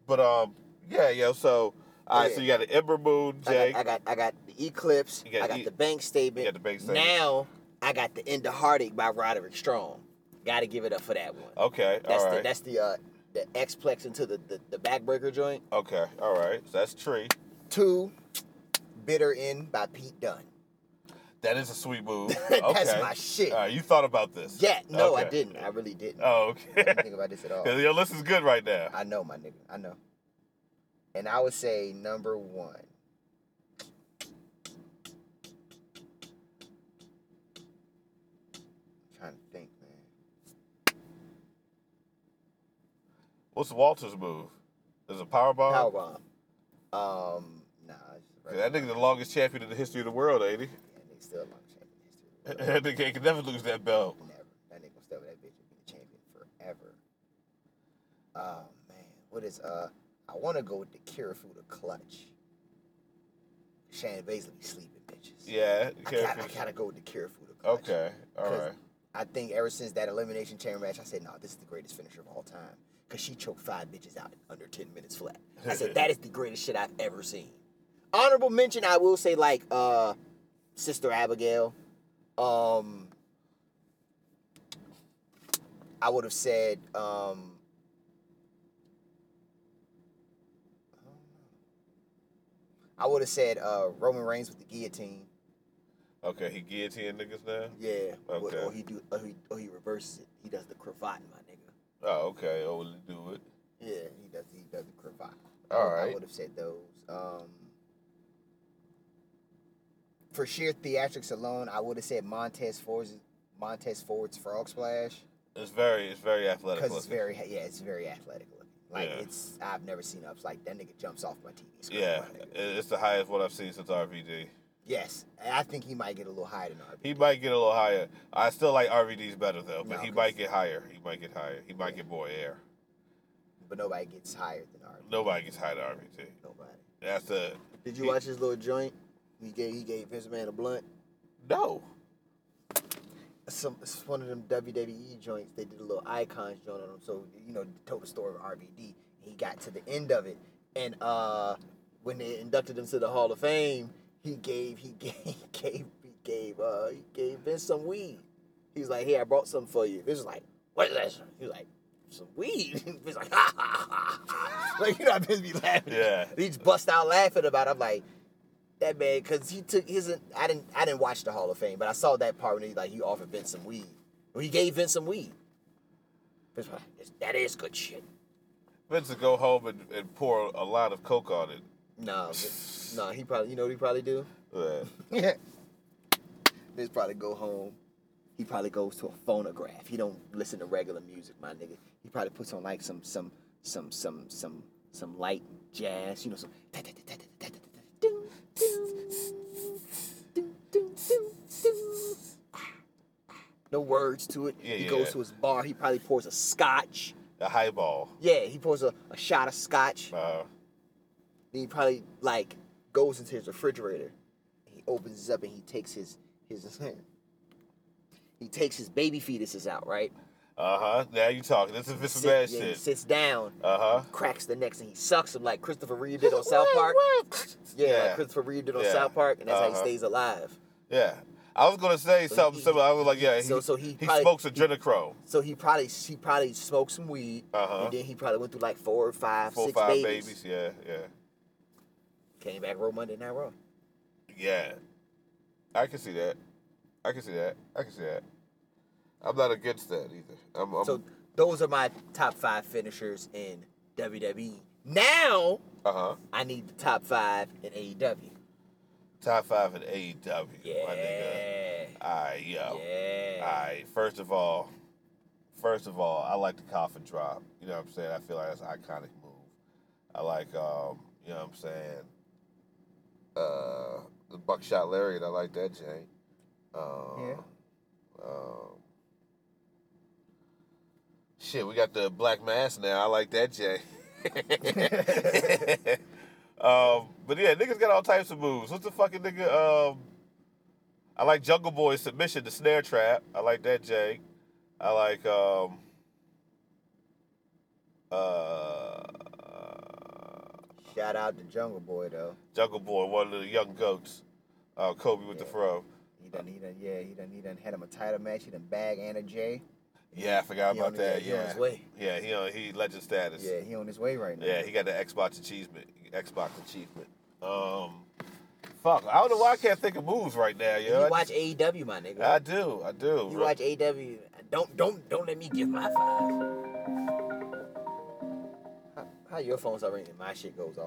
But um, yeah, yo. So all right, Yeah. so you got the Ember Moon, Jake. I got, I got I got the Eclipse. You got I got E- the bank statement. you got the bank statement. Now I got the End of Heartache by Roderick Strong. Got to give it up for that one. okay, That's all the right. that's the uh the Xplex into the the, the backbreaker joint. okay, all right. So that's tree. Two, Bitter End by Pete Dunn. That is a sweet move. That's Okay. my shit. All right, you thought about this? Yeah, no, I Okay. didn't. I really didn't. Oh, I didn't okay. think about this at all. Cause your list is good right now. I know, my nigga. I know. And I would say number one. trying to think, man. What's Walter's move? Is it power bomb? Power bomb. Um, nah, it's just a That nigga the longest champion in the history of the world, ain't he? Yeah, nigga still among the champion history. that nigga ain't can never lose that belt. Never. That nigga was still that bitch and be the champion forever. Oh man, what is uh? I want to go with the cure through the clutch. Shannon Baszler be sleeping bitches. Yeah. I gotta, I gotta go with the cure through the clutch. okay. All 'Cause right. I think ever since that elimination chamber match, I said, "No, this is the greatest finisher of all time." Cause she choked five bitches out in under ten minutes flat. I said that is the greatest shit I've ever seen. Honorable mention, I will say like uh, Sister Abigail. Um, I would have said um, I would have said uh, Roman Reigns with the guillotine. Okay. He guillotine niggas now. Yeah. Or, Okay. or he do or he, or he reverses it. He does the cravat, my nigga. Oh, okay. Oh, will he do it? Yeah, he does he does the cravat. All I right. would have said those. Um for sheer theatrics alone, I would have said Montez Ford's Montez Ford's frog splash It's very, it's very athletic. because it's looking. very yeah it's very athletic looking like Yeah. it's I've never seen ups like that nigga jumps off my TV screen Yeah, my it- nigga. it's the highest one I've seen since RVD. yes and I think he might get a little higher than RB He might get a little higher. I still like RVD's better though, but No, he 'cause- might get higher. He might get higher. He might get more air. but nobody gets higher than RB Nobody gets higher than RVD. nobody That's the did you He- watch his little joint he gave he gave Vince Man a blunt no. some it's one of them WWE joints. They did a little icons joint on him, so you know, told the story of RVD. He got to the end of it, and uh, when they inducted him to the Hall of Fame, he gave he gave he gave he gave uh, he gave Vince some weed. He was like, "Hey, I brought some for you." Vince was like, "What is that?" He was like, "Some weed." Vince was like, "Ha ha ha!" ha." Like you know, Vince be laughing. Yeah. He just bust out laughing about. It. I'm like, that man, cause he took his. I didn't. I didn't watch the Hall of Fame, but I saw that part when he like he offered Vince some weed. Well, he gave Vince some weed. Vince was like, That is good shit. Vince would go home and, and pour a lot of coke on it. No, Vin- no, he probably. You know what he probably do? Yeah. Yeah. Vince probably go home. He probably goes to a phonograph. He don't listen to regular music, my nigga. He probably puts on like some some some some some some light jazz, you know, some ding, ding, ding, ding, ding, ding. no words to it. Yeah, he yeah, goes yeah. to his bar, he probably pours a scotch. The highball. Yeah, he pours a, a shot of scotch. Uh, Then he probably like goes into his refrigerator. He opens it up and he takes his his he takes his baby fetuses out, right? uh huh. Now you talking. This is Vince Sit- McMahon yeah, he shit. sits down, Uh huh. cracks the necks, and he sucks them like Christopher Reeve did on South Park. Yeah, Yeah. like Christopher Reeve did on Yeah. South Park, and that's how Uh-huh. he stays alive. Yeah. I was gonna say something he- similar. I was like, yeah, he, so- so he he, probably- smokes adrenochrome. So he probably he probably smoked some weed, Uh-huh. and then he probably went through like four or five, Four, six five babies. babies. Yeah, yeah, Came back real Monday Night Raw. yeah. I can see that. I can see that. I can see that. I'm not against that either. I'm, I'm So those are my top five finishers in WWE. Now uh huh. I need the top five in E AEW. Top five in AEW. Yeah. My nigga. Oh. Alright, yo. Yeah. Alright, first of all, first of all, I like the coffin drop. You know what I'm saying? I feel like that's an iconic move. I like um, you know what I'm saying? Uh the buckshot lariat, I like that, Jay. Um, Yeah. um Shit, we got the black mass now. I like that, Jay. um, but yeah, niggas got all types of moves. What's the fucking nigga? Um, I like Jungle Boy's submission to Snare Trap. I like that, Jake. I like um, uh, Shout out to Jungle Boy though. Jungle Boy, one of the young goats. Uh, Kobe with the Yeah. fro. He done, he done, yeah, he done, he done had him a title match. He done bag Anna J. Yeah, I forgot He about on his- that. he yeah, on his way. yeah, he on he legend status. Yeah, he on his way right now. Yeah, he got the Xbox achievement. Xbox achievement. Um, fuck, I don't know why I can't think of moves right now, yo. you I watch just- AEW, my nigga. I do, I do. you bro. watch AEW. Don't, don't, don't let me give my five. How, how your phone start ringing? My shit goes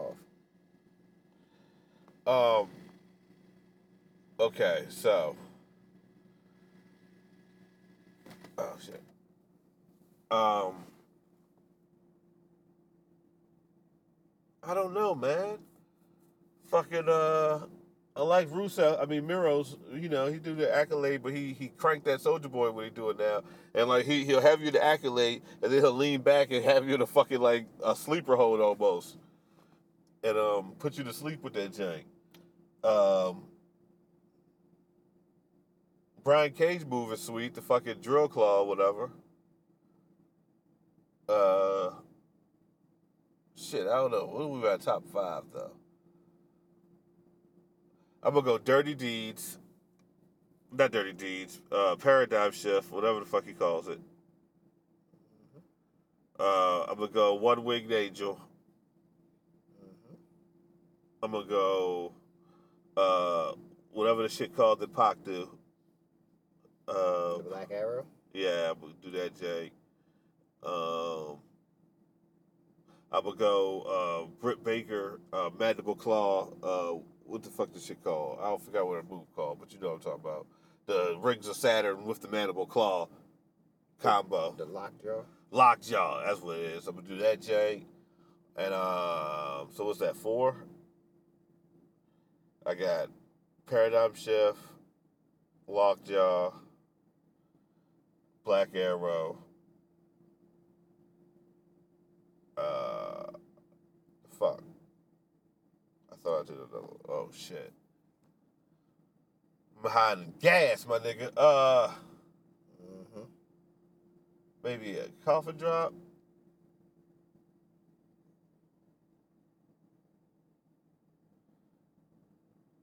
off. Um. Okay, so. Oh shit. Um. I don't know, man. Fucking uh, I like Russo. I mean, Miro's. You know, he do the accolade, but he he cranked that Soldier Boy when he do it now. And like he he'll have you the accolade, and then he'll lean back and have you in a fucking like a sleeper hold almost, and um put you to sleep with that jank. Um. Brian Cage move is sweet, the fucking drill claw, whatever. Uh, shit, I don't know. What do we got top five though? I'm gonna go Dirty Deeds. Not Dirty Deeds. Uh, Paradigm Shift, whatever the fuck he calls it. Uh, I'm gonna go One Winged Angel. I'm gonna go uh, whatever the shit called that Pac do. Uh, The Black Arrow. yeah, I'm gonna do that, Jake. Um, I'm gonna go uh, Britt Baker, uh, Mandible Claw. Uh, what the fuck this shit called? I don't forget what her move called, but you know what I'm talking about. The Rings of Saturn with the Mandible Claw combo. The Lockjaw. Lockjaw, that's what it is. I'm gonna do that, Jake. And um, so what's that four? I got Paradigm Shift, Lockjaw, Black Arrow. Uh, fuck. I thought I did another. one. Oh shit. I'm behind the gas, my nigga. Uh Mm-hmm. maybe a coffin drop.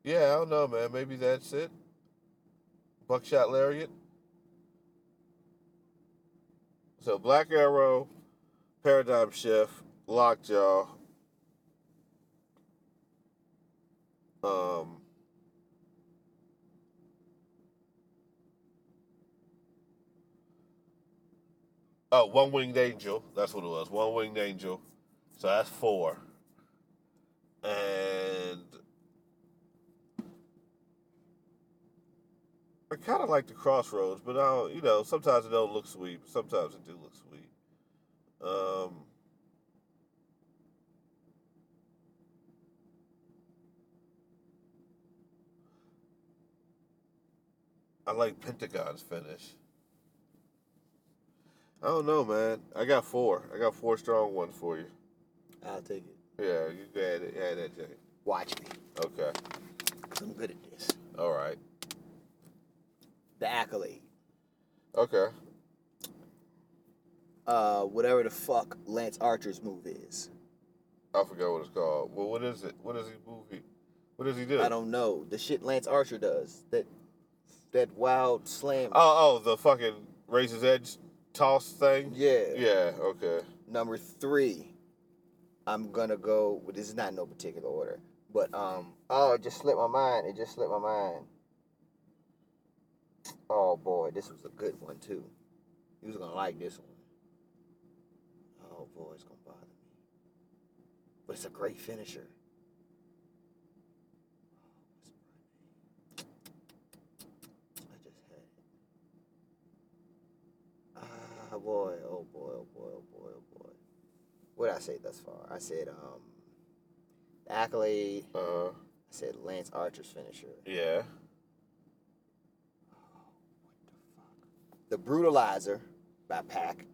Yeah, I don't know, man. Maybe that's it. Buckshot Lariat. So Black Arrow, Paradigm Shift, Lockjaw. Um, Oh, One Winged Angel. That's what it was. One Winged Angel. So that's four. And I kind of like the crossroads, but I don't, you know, sometimes it don't look sweet. But sometimes it do look sweet. Um, I like Pentagon's finish. I don't know, man. I got four. I got four strong ones for you. I'll take it. Yeah, you can add, it- add that, Jay. Watch me, Okay. 'cause I'm good at this. All right. The accolade. Okay. Uh, whatever the fuck Lance Archer's move is. I forgot what it's called. Well, what is it? What is he movie? What does he do? I don't know. The shit Lance Archer does. That that wild slam. Oh, oh, the fucking razor's edge toss thing. yeah. Yeah. Okay. Number three. I'm gonna go. Well, this is not in no particular order, but um. Oh, it just slipped my mind. It just slipped my mind. Oh boy, this was a good one too. You was gonna like this one. Oh boy, it's gonna bother me. But it's a great finisher. Oh, I just had it. Ah, boy, oh boy, oh boy, oh boy, oh boy. What did I say thus far? I said um, the accolade. I Uh. said Lance Archer's finisher. Yeah. The Brutalizer by Pack.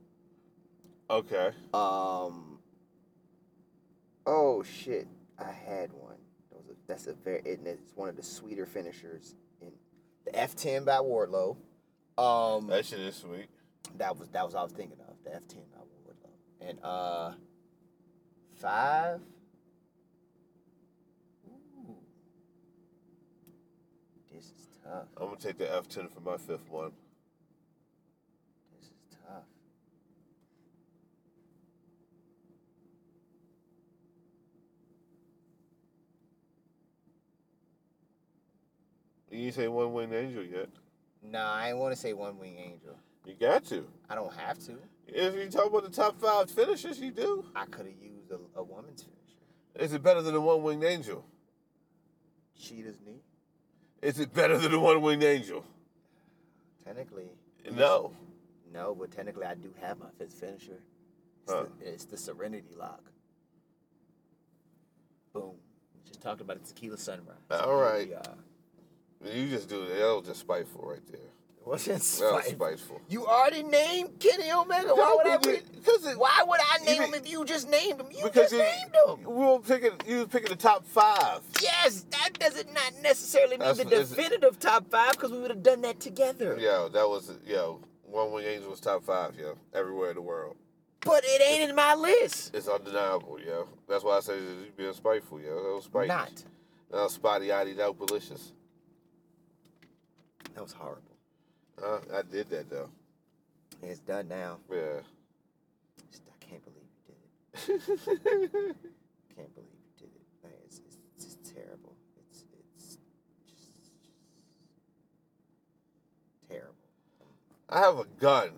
Okay. Um. Oh shit! I had one. That was a, that's a very. It, it's one of the sweeter finishers in the F ten by Wardlow. Um. That shit is sweet. That was that was what I was thinking of the F ten I would love. And uh five. Ooh. This is tough. I'm gonna take the F10 for my fifth one. This is tough. You ain't say one winged angel yet. Nah, I ain't wanna say one wing angel. You got to. I don't have to. If you talk about the top five finishers, you do. I could have used a, a woman's finisher. Is it better than the one winged angel? Cheetah's knee. Is it better than the one winged angel? Technically. No. No, but technically I do have my fifth finisher. It's, Huh. the, it's the Serenity Lock. Boom. Just talked about the tequila sunrise. All right. We uh, are. You just do that. That was just spiteful right there. What's in That was spite? spiteful. You already named Kenny Omega. Why would I? Re- Because it- why would I name be- him if you just named him? You because just you, named him. we were picking. You was picking the top five. Yes, that doesn't not necessarily mean That's- the it's- definitive top five because we would have done that together. Yo, that was yo. One Wing Angel was top five. Yo, everywhere in the world. But it ain't in my list. It's undeniable. Yo, that's why I say you being spiteful. Yo, that was spiteful. Not. That was spotty eyed out malicious. That was horrible. Uh, I did that though. It's done now. Yeah. Just- I can't believe you did it. Can't believe you did it. Like, it's, it's, it's just terrible. It's it's just, just terrible I have a gun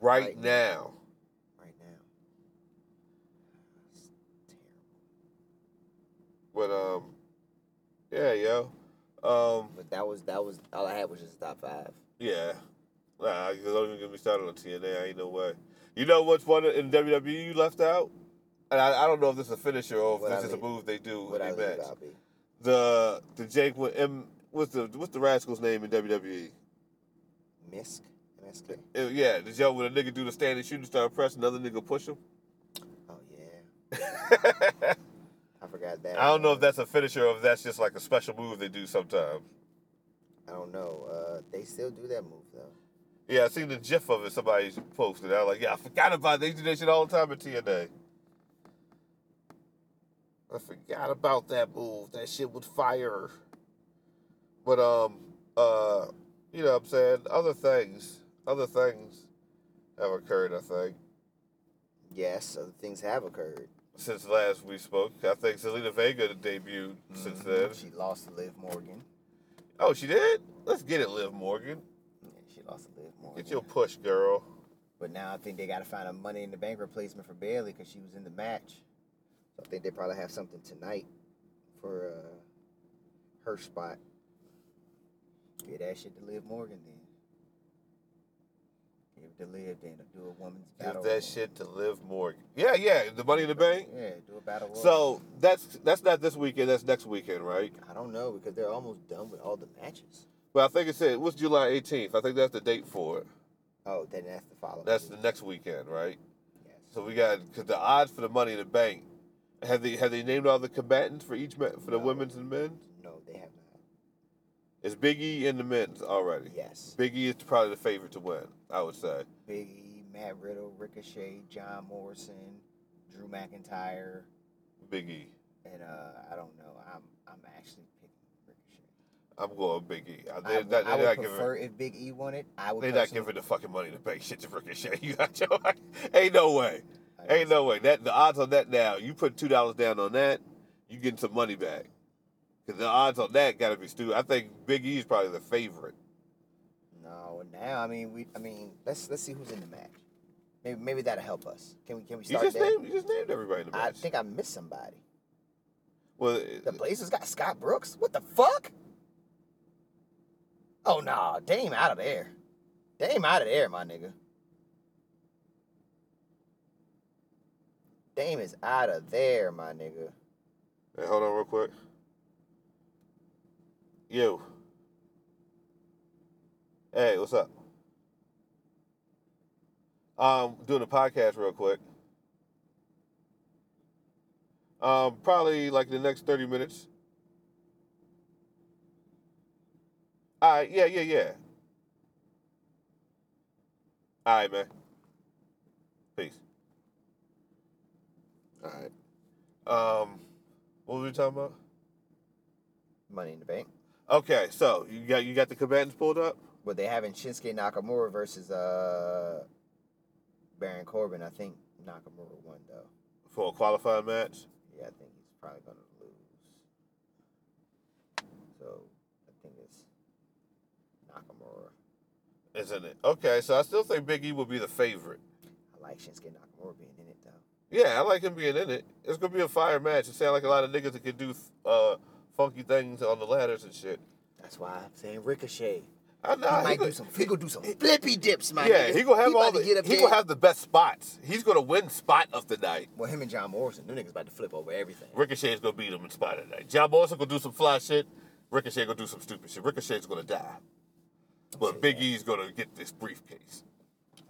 right, Right. now. right now. It's terrible. But um, yeah, yo. Um, But that was that was all I had was just top five. yeah. Nah, you don't even get me started on TNA. I ain't no way. You know what's one in WWE you left out? And I, I don't know if this is a finisher or if What I this is leave- a move they do What I in leave the match. out be. The the Jake with M. What's the what's the rascal's name in WWE? Misk? MSK? Uh, yeah, the joke when a nigga do the standing shooting star press, another nigga push him. Oh yeah. I forgot that. I don't know if one. that's a finisher or if that's just like a special move they do sometimes. I don't know. Uh, they still do that move though. Yeah, I seen the gif of it somebody posted. I was like, yeah, I forgot about it. They do that shit all the time at TNA. I forgot about that move. That shit would fire. But um uh you know what I'm saying? Other things. Other things have occurred, I think. Yes, other things have occurred. Since last we spoke. I think Selena Vega debuted since then. Mm-hmm. She lost to Liv Morgan. Oh, she did? Let's get it, Liv Morgan. Yeah, she lost to Liv Morgan. Get your push, girl. But now I think they got to find a Money in the Bank replacement for Bailey because she was in the match. So I think they probably have something tonight for uh, her spot. Get that shit to Liv Morgan then. Give it to Liv then. Do a woman's battle. Give that royal. shit to Liv Morgan. Yeah, yeah, the money in the bank. Yeah, do a battle. royal. So that's that's not this weekend. That's next weekend, right? I don't know because they're almost done with all the matches. But I think it said what's July 18th. I think that's the date for it. Oh, then that's the follow. That's the next weekend, right? Yes. So we got because the odds for the money in the bank. Have they have they named all the combatants for each ma- for the No. women's and men's? No, they have not. It's Biggie in the men's already. Yes. Biggie is probably the favorite to win. I would say. Big E, Matt Riddle, Ricochet, John Morrison, Drew McIntyre, Biggie. and uh, I don't know. I'm I'm actually picking Ricochet. I'm going Biggie. I, They, would- that, I Uh, they're would not giving. prefer if Big E won it. I would. They're not personally- giving the fucking money in the bank shit to Ricochet. You got your. Ain't no way. I Ain't no way. That the odds on that now. You put two dollars down on that, you getting some money back. Cause the odds on that gotta be stupid. I think Big E is probably the favorite. No, now I mean we. I mean let's let's see who's in the match. Maybe maybe that'll help us. Can we can we You start just there? named you just named everybody in the I match. think I missed somebody. well, The Blazers got Scott Brooks. What the fuck? Oh no, Dame out of there. Dame out of there, my nigga. Dame is out of there, my nigga. hey, hold on real quick. You. Hey, what's up? Um, doing a podcast real quick. Um, probably like the next thirty minutes. All right, yeah, yeah, yeah. All right, man. Peace. All right. Um, what were we talking about? Money in the bank. Okay, so you got you got the combatants pulled up. But they having Shinsuke Nakamura versus uh Baron Corbin. I think Nakamura won though. for a qualifying match. Yeah, I think he's probably gonna lose. So I think it's Nakamura. Isn't it? Okay, so I still think Big E will be the favorite. I like Shinsuke Nakamura being in it though. Yeah, I like him being in it. It's gonna be a fire match. It sounds like a lot of niggas that can do uh, funky things on the ladders and shit. That's why I'm saying Ricochet. I know. he might gonna- do some. He gonna do some flippy dips, my Yeah, nigga. he gonna have about all to the. get up He there. gonna have the best spots. He's gonna win spot of the night. Well, him and John Morrison, them niggas about to flip over everything. Ricochet's gonna beat him in spot of the night. John Morrison gonna do some fly shit. Ricochet gonna do some stupid shit. Ricochet's gonna die. But Big E's gonna get this briefcase.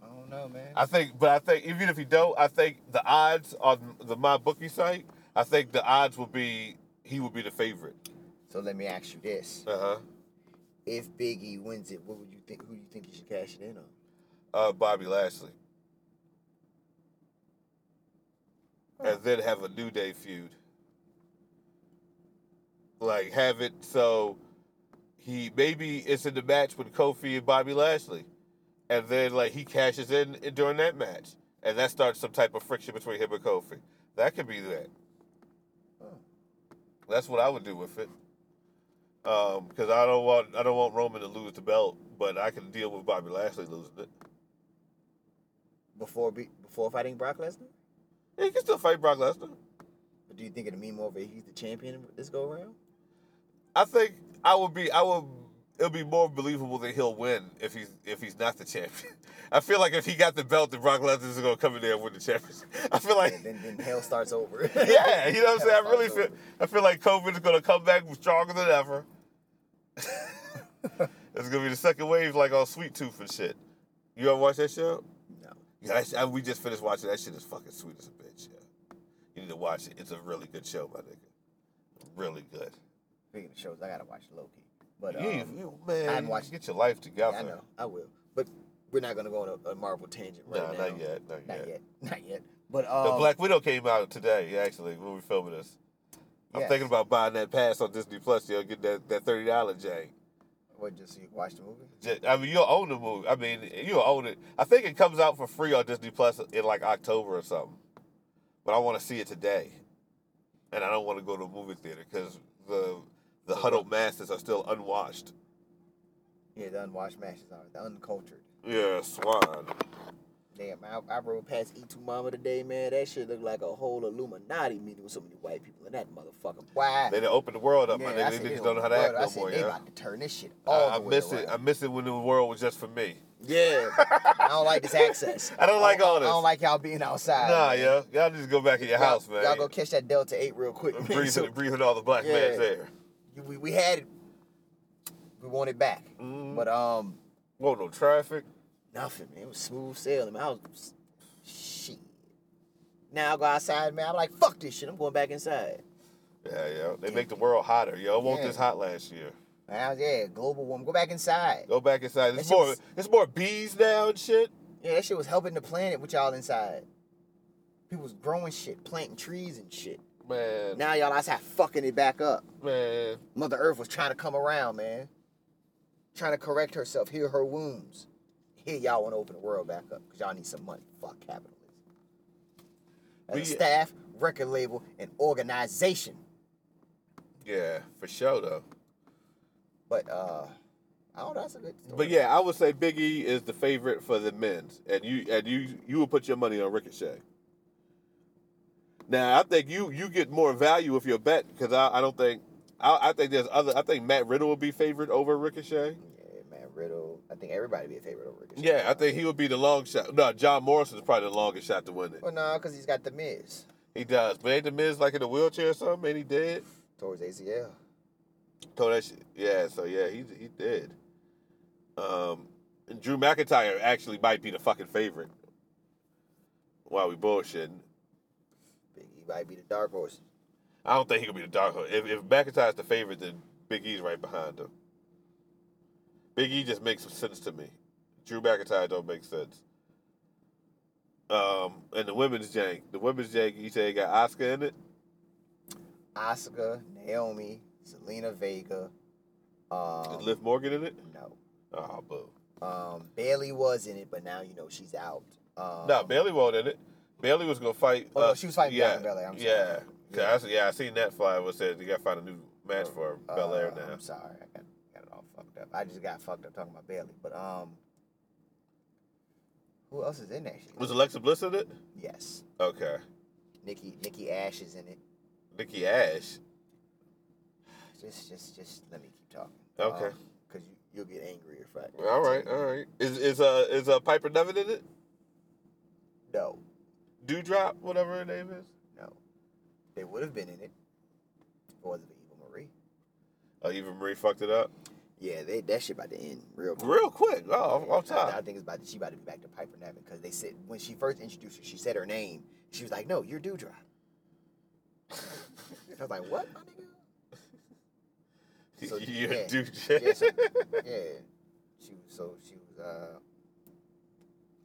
I don't know, man. I think, but I think even if he don't, I think the odds on the my bookie site, I think the odds will be he will be the favorite. so let me ask you this: Uh huh. If Biggie wins it, what would you think? Who do you think you should cash it in on? Uh, Bobby Lashley, and then have a New Day feud. Like have it so he maybe it's in the match with Kofi and Bobby Lashley, and then like he cashes in during that match, and that starts some type of friction between him and Kofi. That could be that. That's what I would do with it. Um, 'cause I don't want I don't want Roman to lose the belt, but I can deal with Bobby Lashley losing it. Before be, before fighting Brock Lesnar, Yeah, he can still fight Brock Lesnar. but do you think it'll mean more if he's the champion this go around? I think I would be I would it'll be more believable that he'll win if he's if he's not the champion. I feel like if he got the belt, then Brock Lesnar is gonna come in there and win the championship. I feel like then then hell starts over. yeah, you know what I'm saying. I Hell really feel starts over. I feel like COVID is gonna come back stronger than ever. it's gonna be the second wave like on Sweet Tooth and shit. You ever watch that show? No. Yeah, that sh- I, we just finished watching. That shit is fucking sweet as a bitch. Yeah, you need to watch it. It's a really good show, my nigga. Really good. Speaking of shows, I gotta watch Loki. But um, you, you- man, I haven't you watched- get your life together. yeah, I know, I will. But we're not gonna go on a, a Marvel tangent right Nah, now. not yet, not Not yet. yet. Not yet. But The um, Black Widow came out today, actually, when we filming this. I'm yes. thinking about buying that pass on Disney Plus. You'll get that, that thirty dollar Jane. What? Just so you can watch the movie? Ju- I mean, you'll own the movie. I mean, you'll own it. I think it comes out for free on Disney Plus in like October or something. But I want to see it today, and I don't want to go to a movie theater because the the huddled masses are still unwashed. Yeah, the unwashed matches are the uncultured. Yeah, swine. Damn, I, I rode past E2 Mama today, man. That shit looked like a whole Illuminati meeting with so many white people in that motherfucker. Why? They done opened the world up, my I nigga. They said, niggas "Yo, don't know how to act brother," I no said, more, They yeah. about to turn this shit all I, I the way miss it. around. I miss it when the world was just for me. Yeah, I don't like this access. I don't like all I this. don't like y'all being outside. Nah, man. yeah. Y'all just go back in your Y'all- house, man. Y'all go catch that Delta Eight real quick. man. breathing, So, breathing all the black Yeah. man's air. we, we had it. We want it back, Mm-hmm. but um, Won't no traffic. nothing. Man. It was smooth sailing. Man. I was shit. Now I go outside, man. I'm like, fuck this shit. I'm going back inside. Yeah, yeah. They make the world hotter. Yo, it wasn't Yeah. this hot last year. Man, I was, yeah, global warming. Go back inside. Go back inside. There's That shit more. was- There's more bees now and shit. Yeah, that shit was helping the planet with y'all inside. People was growing shit, planting trees and shit. Man, Now y'all outside fucking it back up. man. Mother Earth was trying to come around, man. Trying to correct herself, heal her wounds. Here y'all want to open the world back up because y'all need some money. Fuck capitalism. As a We- staff, record label, and organization. Yeah, for sure though. But uh, I don't know. That's a good story. But yeah, I would say Big E is the favorite for the men's, and you and you you would put your money on Ricochet. Now I think you you get more value if you bet because I, I don't think I, I think there's other I think Matt Riddle would be favored over Ricochet. Yeah, man, Riddle. I think everybody be a favorite over Ricochet. Yeah, I think he would be the long shot. No, John Morrison is probably the longest shot to win it. Well, no, because he's got the Miz He does, but ain't the Miz like in a wheelchair or something? Ain't he dead? towards ACL. Told that shit. Yeah, so yeah, he he dead. Um, and Drew McIntyre actually might be the fucking favorite. While we bullshitting, Biggie E might be the dark horse. I don't think he could be the dark horse. If, if McIntyre's the favorite, then Big E's right behind him. Big E just makes some sense to me. Drew McIntyre don't make sense. Um, and the women's jank, the women's jank, you say it got Oscar in it. Asuka, Naomi, Selena Vega. Um, Is Liv Morgan in it? no. Oh, boo. Um, Bailey was in it, but now you know she's out. Um, No, Bailey won't in it. Bailey was gonna fight. uh, Oh, no, she was fighting yeah, Bianca Belair, I'm sorry. yeah, Yeah. yeah. I, see- yeah, I seen that fly. Was said you gotta find a new match for uh, Belair now. I'm sorry, I got, got it all fucked up. I just got fucked up talking about Bailey, but um, who else is in that shit? Was Alexa Bliss in it? Yes, Okay, Nikki Nikki Ash is in it. Nikki Ash. Just just just let me keep talking. Okay. Because you you'll get angry if I. All right, all right. Is is uh is uh Piper Nevin in it? No, Dewdrop, whatever her name is. no. They would have been in it. If it wasn't for Eva Marie. Oh, Eva Marie fucked it up Yeah, they, that shit about to end real quick. real quick. Oh, off, off I, I top. think it's about to, she about to be back to Piper Nevin because they said when she first introduced her, she said her name. She was like, "No, you're Dewdrop." I was like, "What, my nigga?" So, You're yeah. a dude. Yeah, so, yeah. She was so she was uh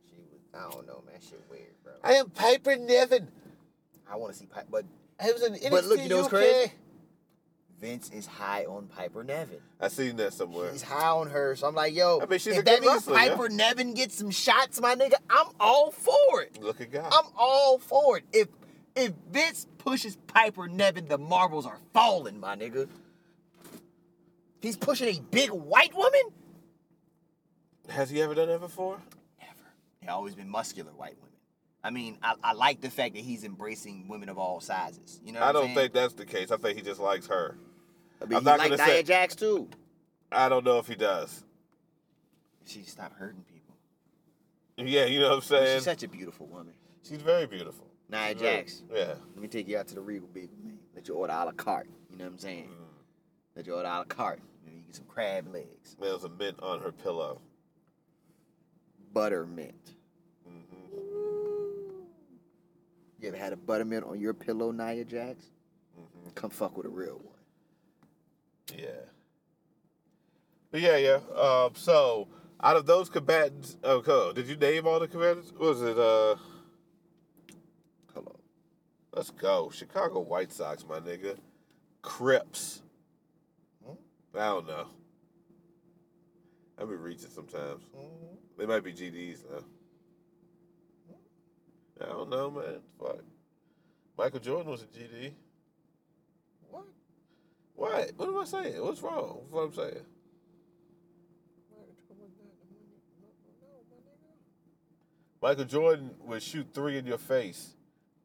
she was I don't know, man. Shit weird, bro. I, I am Piper Nevin. want to see Piper, but I was an NXT but look, you know what's UK. crazy? Vince is high on Piper Nevin. I seen that somewhere. He's high on her, so I'm like, yo, I mean, she's a if that good means wrestler, yeah. Piper Nevin gets some shots, my nigga, I'm all for it. Look at God. I'm all for it. If if Vince pushes Piper Nevin, the marbles are falling, my nigga. He's pushing a big white woman? Has he ever done that before? Never. They always been muscular white women. I mean, I, I like the fact that he's embracing women of all sizes. You know what I I'm don't saying? think that's the case. I think he just likes her. I mean, I'm he not like gonna Nia say- Jax too. I don't know if he does. She stopped hurting people. Yeah, you know what I'm saying. She's such a beautiful woman. She's very beautiful. Nia She's very- Jax. Yeah. Let me take you out to the Regal Big Man. Let you order a la carte. You know what I'm saying? Mm-hmm. Let you order a la carte. You, know, you get some crab legs, There was a mint on her pillow. buttermint. Mm-hmm. You ever had a buttermint on your pillow, Nia Jax? Mm-hmm. Come fuck with a real one. Yeah. But yeah, yeah. Um, so out of those combatants, oh, cool. did you name all the combatants? What was it? Uh, Hello. let's go. Chicago White Sox, my nigga. Crips. Hmm? I don't know. I be reaching sometimes. Mm-hmm. They might be GDs though. I don't know, man. Fuck. Michael Jordan was a GD. What? What? What am I saying? What's wrong? with What I'm saying? Michael Jordan would shoot three in your face,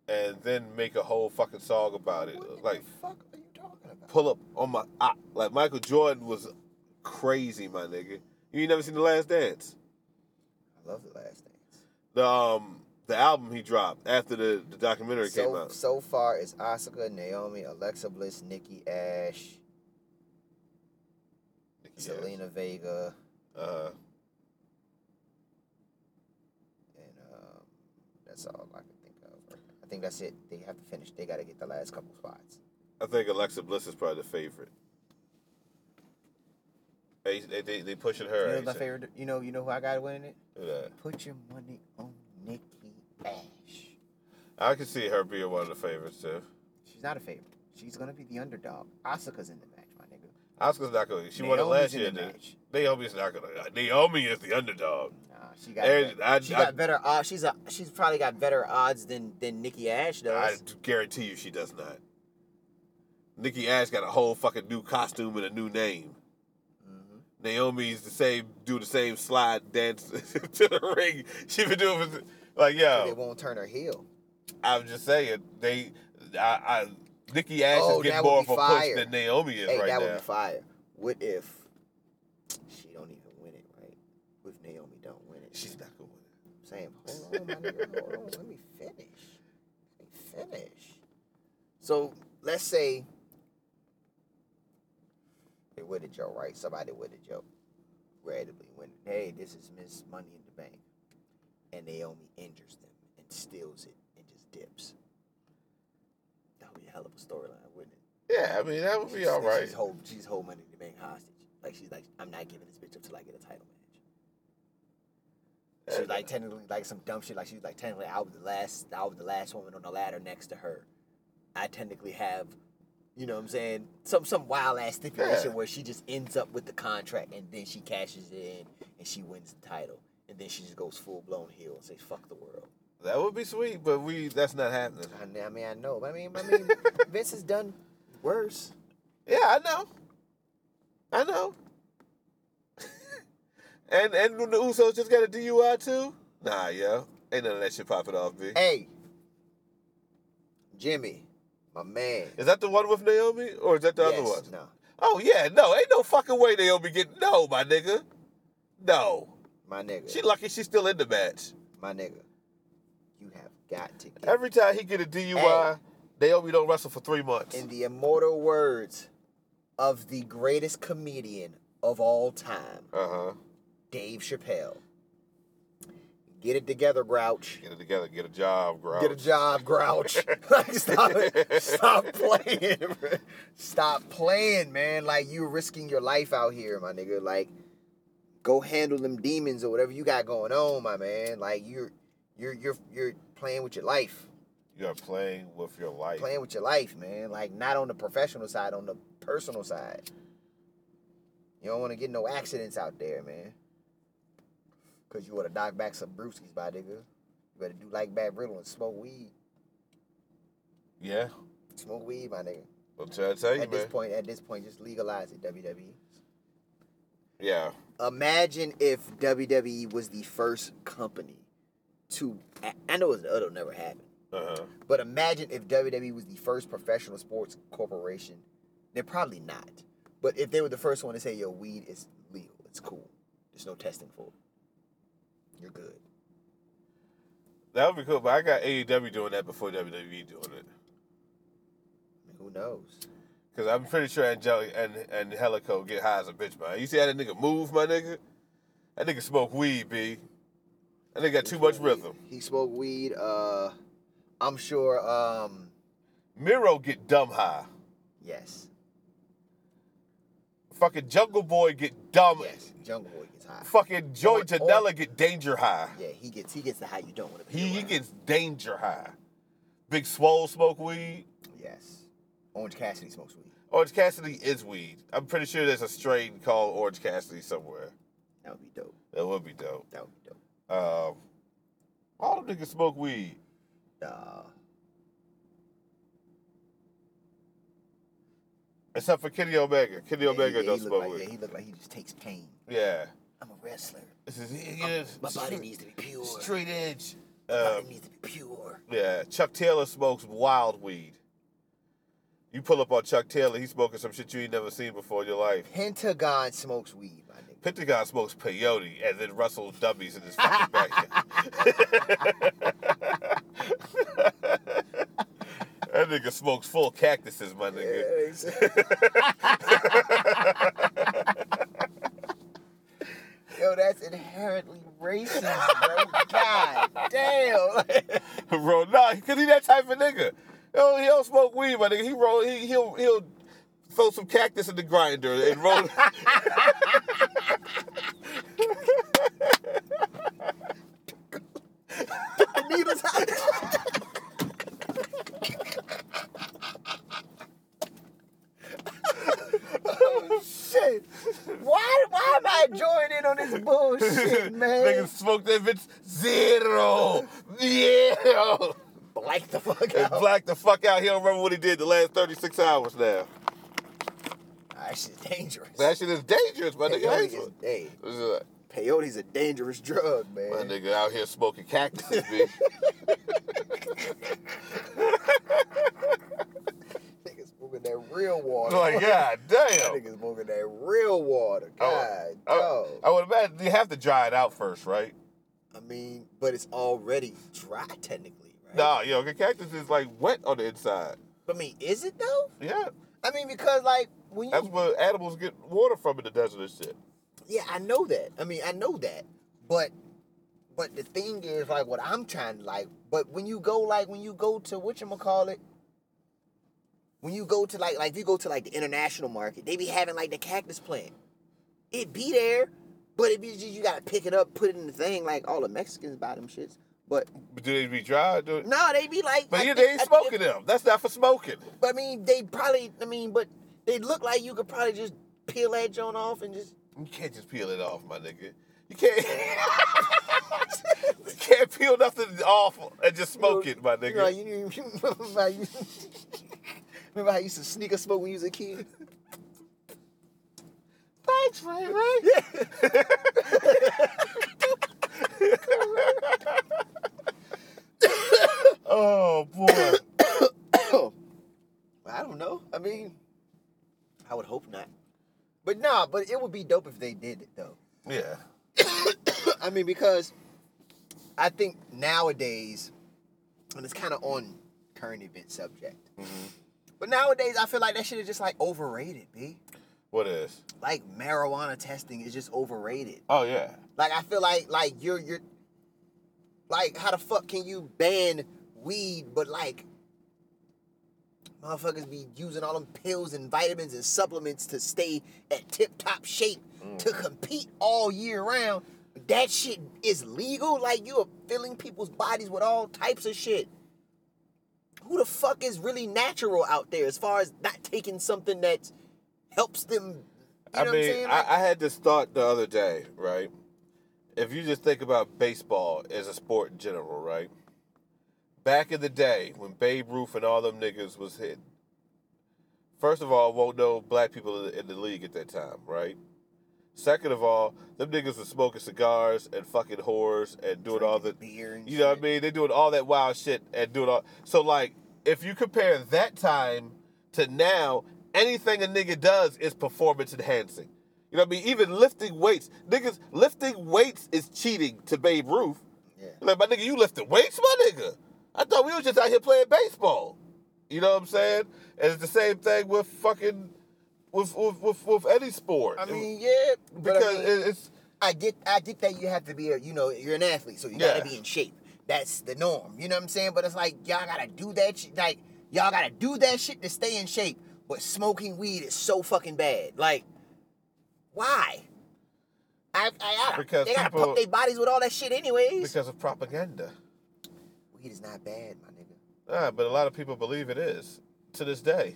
and then make a whole fucking song about it. Uh, like, fuck are you talking about? pull up on my op. Like Michael Jordan was crazy, my nigga. You ain't never seen The Last Dance. I love the last dance. The um the album he dropped after the, the documentary came So, out. so far, it's Asuka, Naomi, Alexa Bliss, Nikki Ash, Yeah. Selena Vega, Uh, and um, that's all I can think of. I think that's it. They have to finish. They got to get the last couple spots. I think Alexa Bliss is probably the favorite. They they they, they pushing her. You know ain't my they? favorite. You know, you know who I got winning it. Yeah. Put your money on Nikki Ash. I can see her being one of the favorites too. She's not a favorite. She's gonna be the underdog. Asuka's in the match, my nigga. Oscar's not gonna. She won it Naomi's last in year. the dude. match. Naomi's not gonna. uh, Naomi is the underdog. Nah, she got. There's- better- I- she I- got better odds. She's a. She's probably got better odds than than Nikki Ash I does. guarantee you she does not. Nikki Ash got a whole fucking new costume and a new name. Mm-hmm. Naomi's the same, do the same slide dance to the ring. She been doing it like They yo. won't turn her heel. I'm just saying they, I, I Nikki Ash Oh, is getting that more would of be a fire. push than Naomi is Hey, right that now. would be fire. What if she don't even win it, right? What if Naomi don't win it? She's not going. to I'm saying, hold on, my nigga, hold on, let me finish. Let me finish. So let's say they would it, Joe, right? Somebody would it, Joe. Randomly win it. Hey, this is Miss Money in the Bank. And Naomi injures them and steals it and just dips. That would be a hell of a storyline, wouldn't it? Yeah, I mean that would be She's- all right. She's holding, she's holding Money in the Bank hostage. Like she's like, I'm not giving this bitch up till I get a title match. She was like technically like some dumb shit. Like she was like technically I was the last, I was the last woman on the ladder next to her. I technically have, you know what I'm saying, some some wild ass stipulation Yeah. where she just ends up with the contract and then she cashes it in and she wins the title and then she just goes full blown heel and says fuck the world. That would be sweet, but we that's not happening. I, I mean I know, but I mean I mean Vince has done worse. Yeah, I know. I know. and and the Usos just got a DUI too. Nah, yo, ain't none of that shit popping off, B. Hey, Jimmy, my man. Is that the one with Naomi, or is that the other Yes, one? No. Oh yeah, no, ain't no fucking way they'll be getting no, my nigga. No. My nigga. She lucky she's still in the match. my nigga. You have got to get Every time he get a DUI, Naomi don't wrestle for three months. in the immortal words of the greatest comedian of all time, Uh-huh. Dave Chappelle. Get it together, Grouch. Get it together, get a job, bro. Get a job, Grouch. like, stop it. Stop playing. bruh. Stop playing, man. Like, you risking your life out here, my nigga. Like, go handle them demons or whatever you got going on, my man. Like, you're you're you're you're playing with your life. You're playing with your life. Playing with your life, man. Like, not on the professional side, on the personal side. You don't want to get no accidents out there, man. Cause you want to knock back some brewskis, my nigga. You better do like Bad Riddle and smoke weed. Yeah. Smoke weed, my nigga. I'm trying to tell you, At this man. point, at this point, just legalize it, WWE. Yeah. Imagine if WWE was the first company to. I- I know it's- oh, it'll never happen, Uh-huh. but imagine if WWE was the first professional sports corporation. They're probably not, but if they were the first one to say, "Yo, weed is legal, it's cool. There's no testing for it. You're good." That would be cool, but I got AEW doing that before WWE doing it. I mean, who knows? Cause I'm pretty sure Angelic and and Helico get high as a bitch, man. You see how that nigga move, my nigga? That nigga smoke weed, b. That nigga got too much rhythm. He smoked weed. Uh, I'm sure. Um, Miro get dumb high. yes, Fucking Jungle Boy get dumb. yes. Jungle Boy gets high. Fucking Joy Or- Janela or- get danger high. Yeah, he gets he gets the high you don't want to be. He, he around. gets danger high. Big Swole smoke weed. yes. Orange Cassidy smokes weed. Orange Cassidy is weed. I'm pretty sure there's a strain called Orange Cassidy somewhere. That would be dope. That would be dope. That would be dope. Um, all them niggas smoke weed. Uh, Except for Kenny Omega. Kenny yeah, Omega he, yeah, don't he look smoke like, weed. Yeah, he look like he just takes pain. Yeah. I'm a wrestler. This is, yeah, My body straight- needs to be pure. straight edge. My Um, body needs to be pure. yeah, Chuck Taylor smokes wild weed. You pull up on Chuck Taylor, he's smoking some shit you ain't never seen before in your life. Pentagon smokes weed, my nigga. Pentagon smokes peyote and then Russell dummies in his fucking backyard. that nigga smokes full cactuses, my nigga. Yo, that's inherently racist, bro. God damn. roll. Nah, cause he that type of nigga. He don't, he don't smoke weed, but nigga, he roll. He, he'll he'll throw some cactus in the grinder and roll. Needles hot. oh shit! Why why am I joining in on this bullshit, man? Nigga smoke that bitch zero, zero. Black the fuck And out. black the fuck out. He don't remember what he did the last thirty six hours now. That shit's dangerous. That shit is dangerous, my nigga. I Peyote is, ain't smoking. hey, This is like, peyote's a dangerous drug, man. My nigga out here smoking cactuses, bitch. Niggas smoking that real water. like, Oh, god That damn. niggas smoking that real water. God, I, would- dog. I would imagine you have to dry it out first, right? I mean, but it's already dry technically, right? Nah, yo, the cactus is like wet on the inside. I mean, is it though? Yeah. I mean, because like when you, That's where animals get water from in the desert and shit. yeah, I know that. I mean, I know that. But, but the thing is, like, what I'm trying to like, but when you go, like, when you go to what you call it, when you go to like, like, if you go to like the international market, they be having like the cactus plant. It be there, but it be just, you gotta pick it up, put it in the thing, like all the Mexicans buy them shits. But But do they be dry? Do no, they be like, But I yeah, think- they ain't I think- smoking them. That's not for smoking. But I mean, they probably. I mean, but they look like you could probably just peel that joint off and just. You can't just peel it off, my nigga. You can't. you can't peel nothing off and just smoke it, my You, know, nigga. you, you, you remember, how you, remember how you used to sneaker smoke when you was a kid? Thanks, Ray Ray. oh boy. I don't know. I mean, I would hope not. nah, but it would be dope if they did it though. Yeah. I mean, because I think nowadays, and it's kind of on current event subject, Mm-hmm. but nowadays I feel like that shit is just like overrated, b. What is? Like marijuana testing is just overrated. Oh yeah. Like I feel like like you're you're like how the fuck can you ban weed but like motherfuckers be using all them pills and vitamins and supplements to stay at tip top shape Mm. to compete all year round. That shit is legal. Like you are filling people's bodies with all types of shit. Who the fuck is really natural out there as far as not taking something that helps them? You know I what I'm mean, saying? I, Like- I had this thought the other day, right? If you just think about baseball as a sport in general, right? Back in the day when Babe Ruth and all them niggas was hit, first of all, won't no black people in the, in the league at that time, right? Second of all, them niggas was smoking cigars and fucking whores and doing all the beer and You know what I shit. mean? They doing all that wild shit and doing all. So like, if you compare that time to now, anything a nigga does is performance enhancing. You know what I mean? Even lifting weights, niggas lifting weights is cheating to Babe Ruth. Yeah. Like my nigga, you lifting weights, my nigga. I thought we was just out here playing baseball. You know what I'm saying? And it's the same thing with fucking with with with, with any sport. I mean, yeah, but because I, mean, it- it's I get, I get that you have to be, a, you know, you're an athlete, so you Yeah. gotta be in shape. That's the norm. You know what I'm saying? But it's like y'all gotta do that, shit. like y'all gotta do that shit to stay in shape. But smoking weed is so fucking bad. Like, why? I, I, I Because they gotta people- pump their bodies with all that shit anyways. because of propaganda. weed is not bad, my nigga. Ah, but a lot of people believe it is to this day.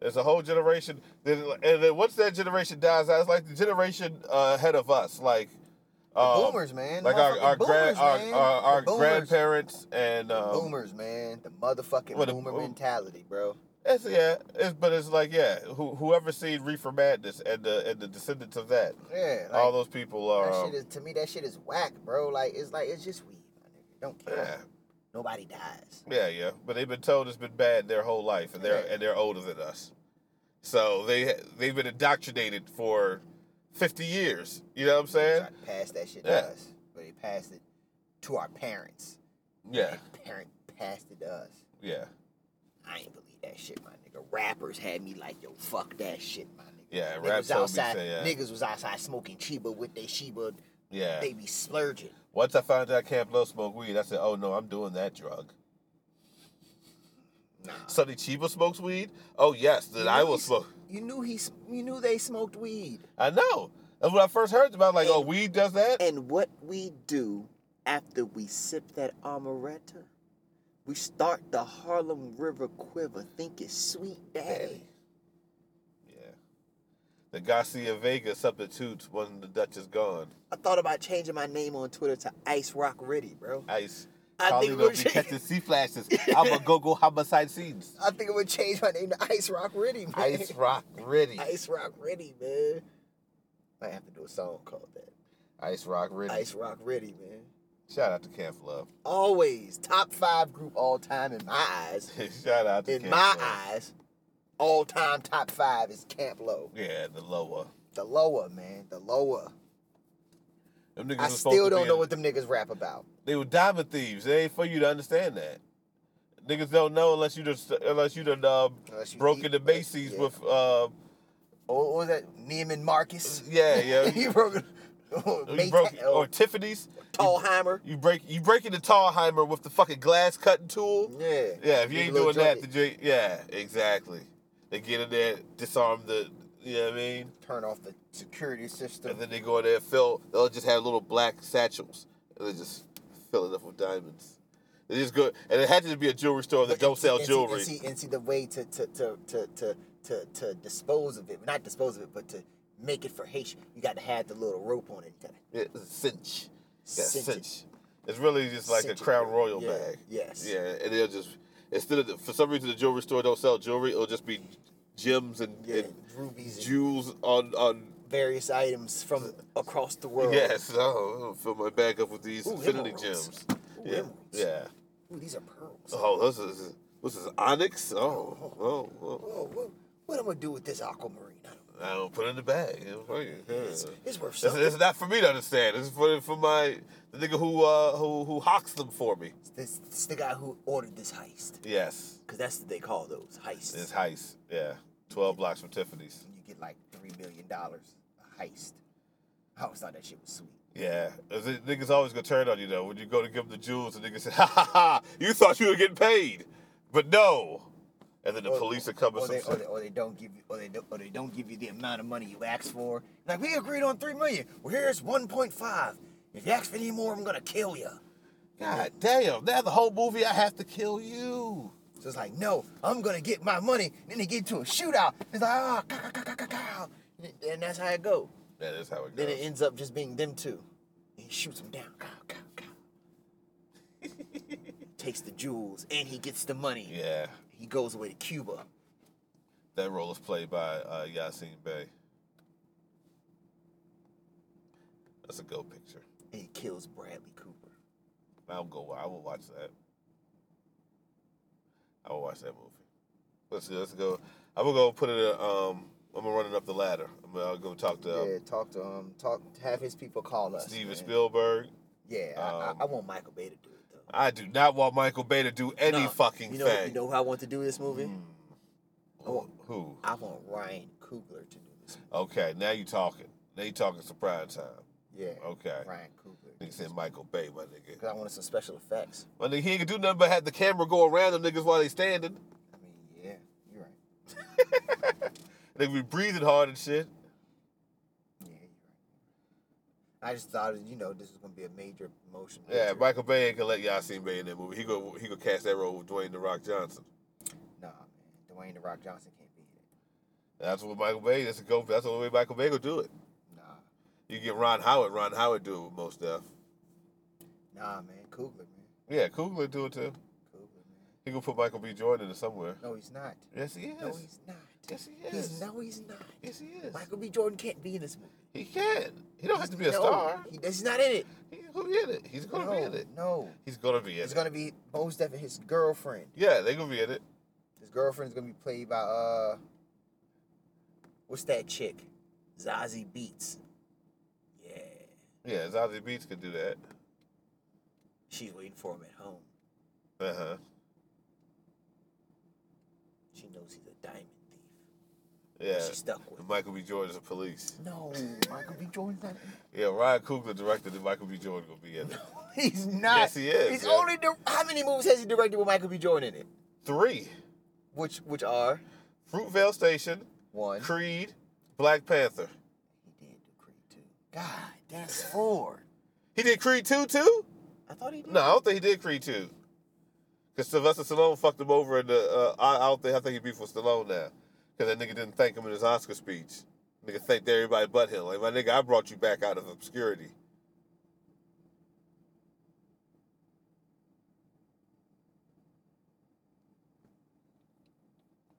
There's a whole generation, then- and then once that generation dies out, it's like the generation uh, ahead of us, like um, boomers, man. like our Motherfucking our, boomers, our, man. our, our The boomers. grandparents and um, boomers, man, the motherfucking What a boomer boom- mentality, bro. It's, yeah, it's, but it's like yeah, who, whoever seen Reefer Madness and the and the descendants of that, Yeah, like, all those people are. That um, shit is to me. That shit is whack, bro. Like it's like it's just weed. My nigga. Don't care. yeah, Nobody dies. yeah, yeah. But they've been told it's been bad their whole life, and they're Yeah. and they're older than us, so they they've been indoctrinated for fifty years. You know what I'm saying? Try to pass that shit Yeah. to us, but they passed it to our parents. Yeah, Parent passed it to us. yeah, I ain't believe that shit, my nigga. Rappers had me like, yo, fuck that shit, my nigga. Yeah, niggas rap was told me outside. say, yeah. Niggas was outside smoking Chiba with their Sheba. yeah. They be splurging. Once I found out I can't blow smoke weed, I said, "Oh no, I'm doing that drug." Nah. Sonny Chiba smokes weed. Oh yes, then I You knew will he- smoke. You knew he. s- You knew they smoked weed. I know. That's when I first heard about. it, Like, oh, And- weed does that. And what we do after we sip that amaretto, we start the Harlem River quiver. Think it's sweet daddy. Yeah. The Garcia Vega substitutes when the Dutch is gone. I thought about changing my name on Twitter to Ice Rock Riddy, bro. Ice. I Charlie think don't we'll be change- catching sea flashes. I'm a go go homicide scenes. I think I'm gonna change my name to Ice Rock Riddy, man. Ice rock ready. Ice Rock Riddy, man. I have to do a song called that. Ice rock ready. Ice Rock Riddy, man. Shout out to Camp Love. Always top five group all time in my eyes. Shout out to In Camp my Love. eyes, all time top five is Camp Low. Yeah, the lower. The lower, man. The lower. Them niggas I was supposed still to be don't in- know what them niggas rap about. They were diamond thieves. It ain't for you to understand that. Niggas don't know unless you just unless you done um, Unless you broken deep, the bases yeah. with uh, Oh, what was that? Neiman Marcus. yeah yeah. he broke it. Oh, You Mayta- broke Oh, oh, or Tiffany's. Tallheimer. You break you breaking the Tallheimer with the fucking glass cutting tool. Yeah. Yeah, if you Big ain't Lil doing that, Junkie. then you yeah exactly. They get in there, disarm the you know what I mean, turn off the security system. and then they go in there and fill. They'll just have little black satchels and they just fill it up with diamonds. It is good, and it had to be a jewelry store that But don't and sell see- and see- jewelry. And see, and see the way to to to to to to, to dispose of it, not dispose of it, but to make it for Haitian, you got to have the little rope on it. You gotta It's a cinch. Yeah, Cinch cinch. it. It's really just like Cinch a it. Crown Royal Yeah, bag. yes. Yeah, and they'll just instead of the, for some reason the jewelry store don't sell jewelry, it'll just be gems and, yeah, and rubies, and jewels on on. various items from across the world. Yes, oh, I'm gonna fill my bag up with these Ooh, infinity emeralds. gems. Ooh, yeah, emeralds. yeah. Ooh, these are pearls. Oh, this is this is onyx. Oh, oh, oh. Whoa, whoa, what am I gonna do with this aquamarine? I don't know. I don't put it in the bag. You know, fuck it. It's, Yeah. it's worth It's, something. it's not for me to understand. It's for for my the nigga who uh who who hawks them for me. This, this the guy who ordered this heist. Yes, Because that's what they call those heists. it's heist. Yeah, twelve blocks from Tiffany's. You get like $3 million a heist. I always thought that shit was sweet. Yeah, Is it- niggas always gonna turn on you though. When you go to give them the jewels, the niggas say, "Ha ha ha! You thought you were getting paid, but no." And then the Or- police are coming. or some they, or, shit. they, or they don't give you, or they don't, or they don't give you the amount of money you asked for. Like we agreed on three million. Well, here's one point five. If you ask for any more, I'm gonna kill you. God damn! Now the whole movie, I have to kill you. So it's like, no, I'm gonna get my money. Then they get into a shootout. It's like, ah, cow, cow, cow, cow, cow. And- and that's how it go. That is how it Then goes. it ends up just being them two. And he shoots them down. Cow, cow, cow. Takes the jewels and he gets the money. yeah, He goes away to Cuba. that role is played by uh, Yassine Bey. That's a go picture. and he kills Bradley Cooper. I'll go. I will watch that. I will watch that movie. Let's let's go. I'm gonna go put it. uh, Um, I'm gonna run it up the ladder. I'm gonna I'll go talk to um, yeah, talk to him. Talk. Have his people call us. Steven man. Spielberg. Yeah, I- Um, I, I want Michael Bay to do it though. I do not want Michael Bay to do any Nah, fucking Hmm. you know, thing. You know who I want to do this movie? I want, Who? I want Ryan Coogler to do this. Okay, now you talking. Now you talking surprise time. Movie. Yeah. Okay. Ryan Coogler. Nigga said Michael Bay, my nigga. Because I wanted some special effects. My nigga, he ain't gonna do nothing but have the camera go around them niggas while they standing. I mean, yeah, you're right. They be breathing hard and shit. Yeah, you're right. I just thought, you know, this was gonna be a major motion. Yeah, picture. Michael Bay ain't gonna let Yassine Bay in that movie. He go he gonna cast that role with Dwayne the Rock Johnson. Nah, man, Dwayne the Rock Johnson can't be in it. That's what Michael Bay. That's a go. That's the only way Michael Bay gonna do it. Nah, You get Ron Howard. Ron Howard do it with most stuff. nah, man, Coogler, man, Yeah, Coogler do it too. Coogler, man. He gonna put Michael B. Jordan in it somewhere. No, he's not. Yes, he is. No, he's not. Yes, he He's is. no, he's not. yes, he is. Michael B. Jordan can't be in this movie. He can. He don't have to be a no, star. He, he's not in it. He, who in it? He's gonna no, be in it. No. He's gonna be in It's it. gonna be most definitely his girlfriend. Yeah, they gonna be in it. His girlfriend's gonna be played by uh what's that chick? Zazie Beats. Yeah. Yeah, Zazie Beats can do that. She's waiting for him at home. Uh huh. She knows he's a diamond thief. Yeah. She's stuck with And him. Michael B. Jordan's a police. No, Michael B. Jordan's not Yeah, Ryan Coogler directed it. Michael B. Jordan gonna be in it. He's not. Yes, he is, He's yeah. only di- how many movies has he directed with Michael B. Jordan in it? Three. Which which are Fruitvale Station, one. Creed, Black Panther. He did do Creed too. God, that's four. He did Creed 2 too? I thought he did. No, I don't think he did Creed 2. Because Sylvester Stallone fucked him over in the. Uh, I, I don't think I think he beef with Stallone now. Because that nigga didn't thank him in his Oscar speech. Nigga thanked everybody but him. Like, my nigga, I brought you back out of obscurity.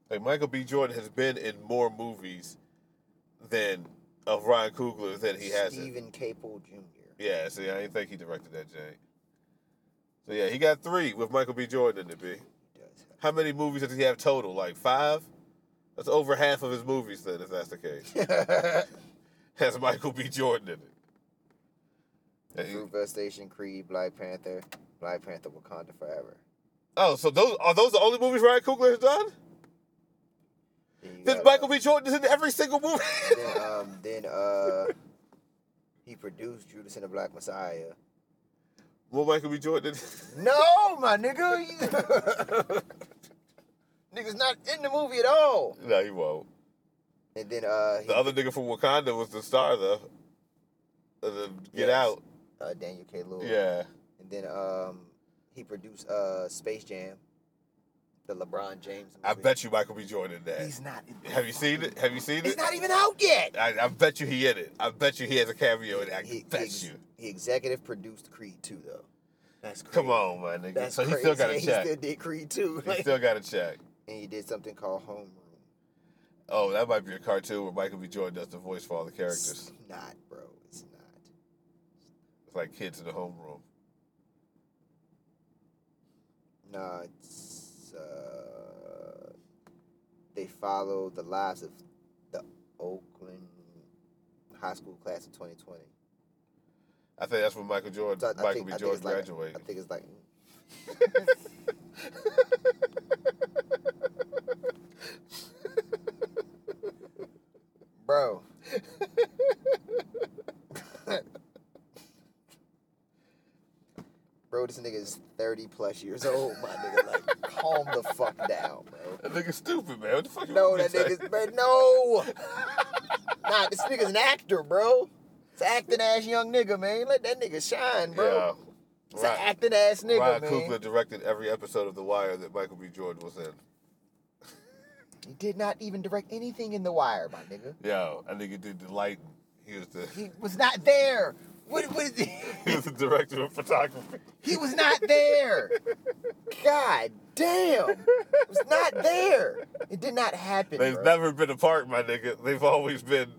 Like, Michael B. Jordan has been in more movies than of Ryan Coogler than he has in Stephen Caple Jr. yeah, see, I didn't think he directed that, Jay. So yeah, he got three with Michael B. Jordan in it. B. He does have- How many movies does he have total? Like five? That's over half of his movies then, if that's the case. has Michael B. Jordan in it. And he- Fruitvale Station, Creed, Black Panther, Black Panther, Wakanda Forever. oh, so those are those the only movies Ryan Coogler has done? Then, you Then got, Michael B. Jordan is in every single movie. uh, Then, um, then uh, he produced Judas and the Black Messiah. well, Michael B. Jordan. No, my nigga. Nigga's not in the movie at all. no, he won't. And then uh, he, The other nigga from Wakanda was the star though. And then Get Yes. Out. uh, Daniel K. Lewis. Yeah. And then um, he produced uh, Space Jam, the LeBron James. Movie. I bet you Michael B. Jordan in that. he's not. In Have you seen it? Have you seen He's it? not even out yet. I, I bet you he in it. I bet you he has a cameo in it. I bet ex- you. He executive produced Creed 2, though. That's crazy. Come on, my nigga. That's so he crazy. still got a he check. still did Creed 2. He still got a check. and he did something called Homeroom. Oh, that might be a cartoon where Michael B. Jordan does the voice for all the characters. It's not, bro. It's not. It's like kids in the homeroom. Nah, it's. Uh, they follow the lives of the Oakland high school class of 2020. I think that's when Michael Jordan, So I- I Michael think- B. I think Jordan it's like- graduated. I think it's like Bro. Bro, this nigga is 30 plus years old, my nigga. Like, calm the fuck down, bro. that nigga's stupid, man. What the fuck? you No, want me that to say? nigga's man, no. nah, this nigga's an actor, bro. It's acting ass young nigga, man. Let that nigga shine, bro. Yeah. It's Ryan- an acting ass nigga, Ryan man. Coogler directed every episode of The Wire that Michael B. Jordan was in. He did not even direct anything in The Wire, my nigga. Yo, I think he did the light. He was the He was not there. What was he? he was the director of photography. He was not there. God damn. It was not there. It did not happen. They've bro. never been apart, my nigga. They've always been.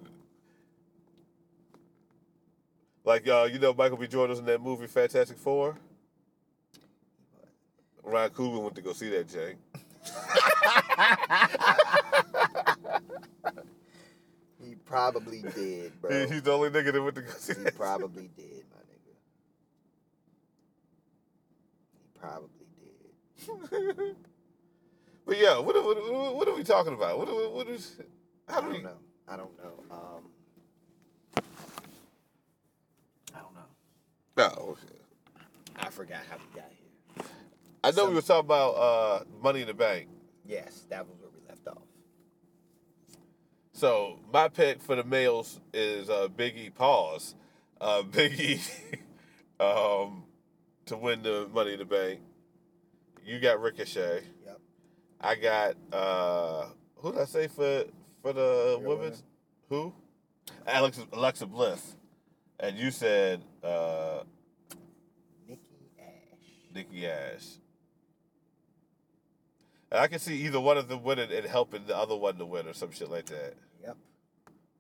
Like, uh, you know, Michael B. Jordan was in that movie Fantastic Four. Ryan Coogler went to go see that, Jay. He probably did, bro. He, he he's the only nigga that went to go see that. probably did, my nigga. He probably did. But yeah, what, are- what, are- what are we talking about? What, are- what is? How I do we? don't know. I don't know. Um, I don't know. Oh, No, I forgot how we got here. I know Some- we were talking about uh, Money in the Bank. Yes, that was where we left off. So my pick for the males is uh, Biggie Paws, uh, Biggie um, to win the Money in the Bank. You got Ricochet. Yep. I got uh, who did I say for for the Your women's? Who? Alex Alexa Bliss. And you said uh, Nikki Ash. Nikki Ash. And I can see either one of them winning and helping the other one to win or some shit like that. Yep.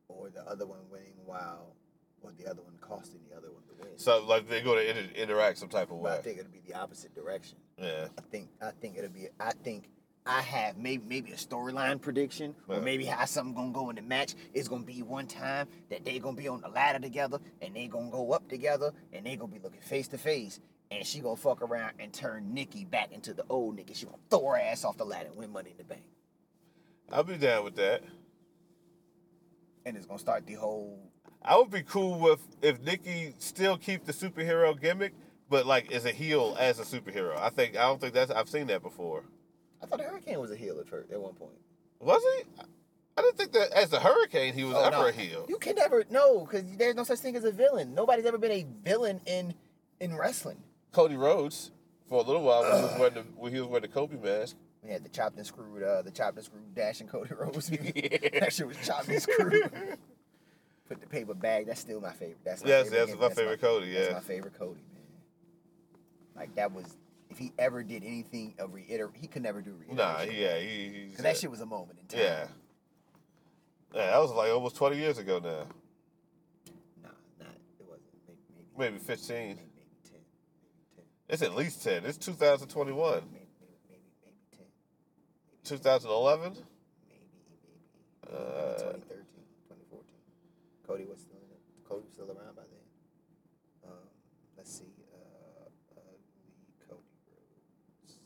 Or the other one winning while, or the other one costing the other one to win. So like they're going to inter- interact some type of but I way. think it'll be the opposite direction. yeah. I think I think it'll be I think I have maybe maybe a storyline prediction or Right. maybe how something gonna go in the match is gonna be one time that they gonna be on the ladder together and they gonna go up together and they gonna be looking face to face and she gonna fuck around and turn Nikki back into the old Nikki. She gonna throw her ass off the ladder and win money in the bank. I'll be down with that. And it's gonna start the whole I would be cool with if Nikki still keep the superhero gimmick, but like as a heel as a superhero. I think I don't think that's I've seen that before. I thought the hurricane was a heel at first at one point. Was he? I didn't think that as a hurricane he was Oh, ever no. a heel. You can never no, cause there's no such thing as a villain. Nobody's ever been a villain in in wrestling. Cody Rhodes for a little while when he was wearing the when he was wearing the Kobe mask. We had the chopped and screwed, uh, the chopped and screwed dash and Cody Rhodes. that shit was chopped and screwed. Put the paper bag. That's still my favorite. That's my Yes, favorite that's hit. my favorite Cody, That's yeah. my favorite Cody, man. Like that was, if he ever did anything of reiterate, he could never do reiterate. Nah, yeah, he, he's that shit was a moment in time. yeah. yeah. That was like almost twenty years ago now. Nah, not it wasn't. Maybe maybe, Maybe fifteen. maybe, maybe ten. Maybe ten. It's at least ten. It's two thousand twenty one. Maybe maybe maybe maybe ten. Two thousand eleven? Maybe maybe. Uh, 2013, 2014. Cody was still in it. Cody was still around by then. Um, let's see. Uh, uh, Cody Rhodes.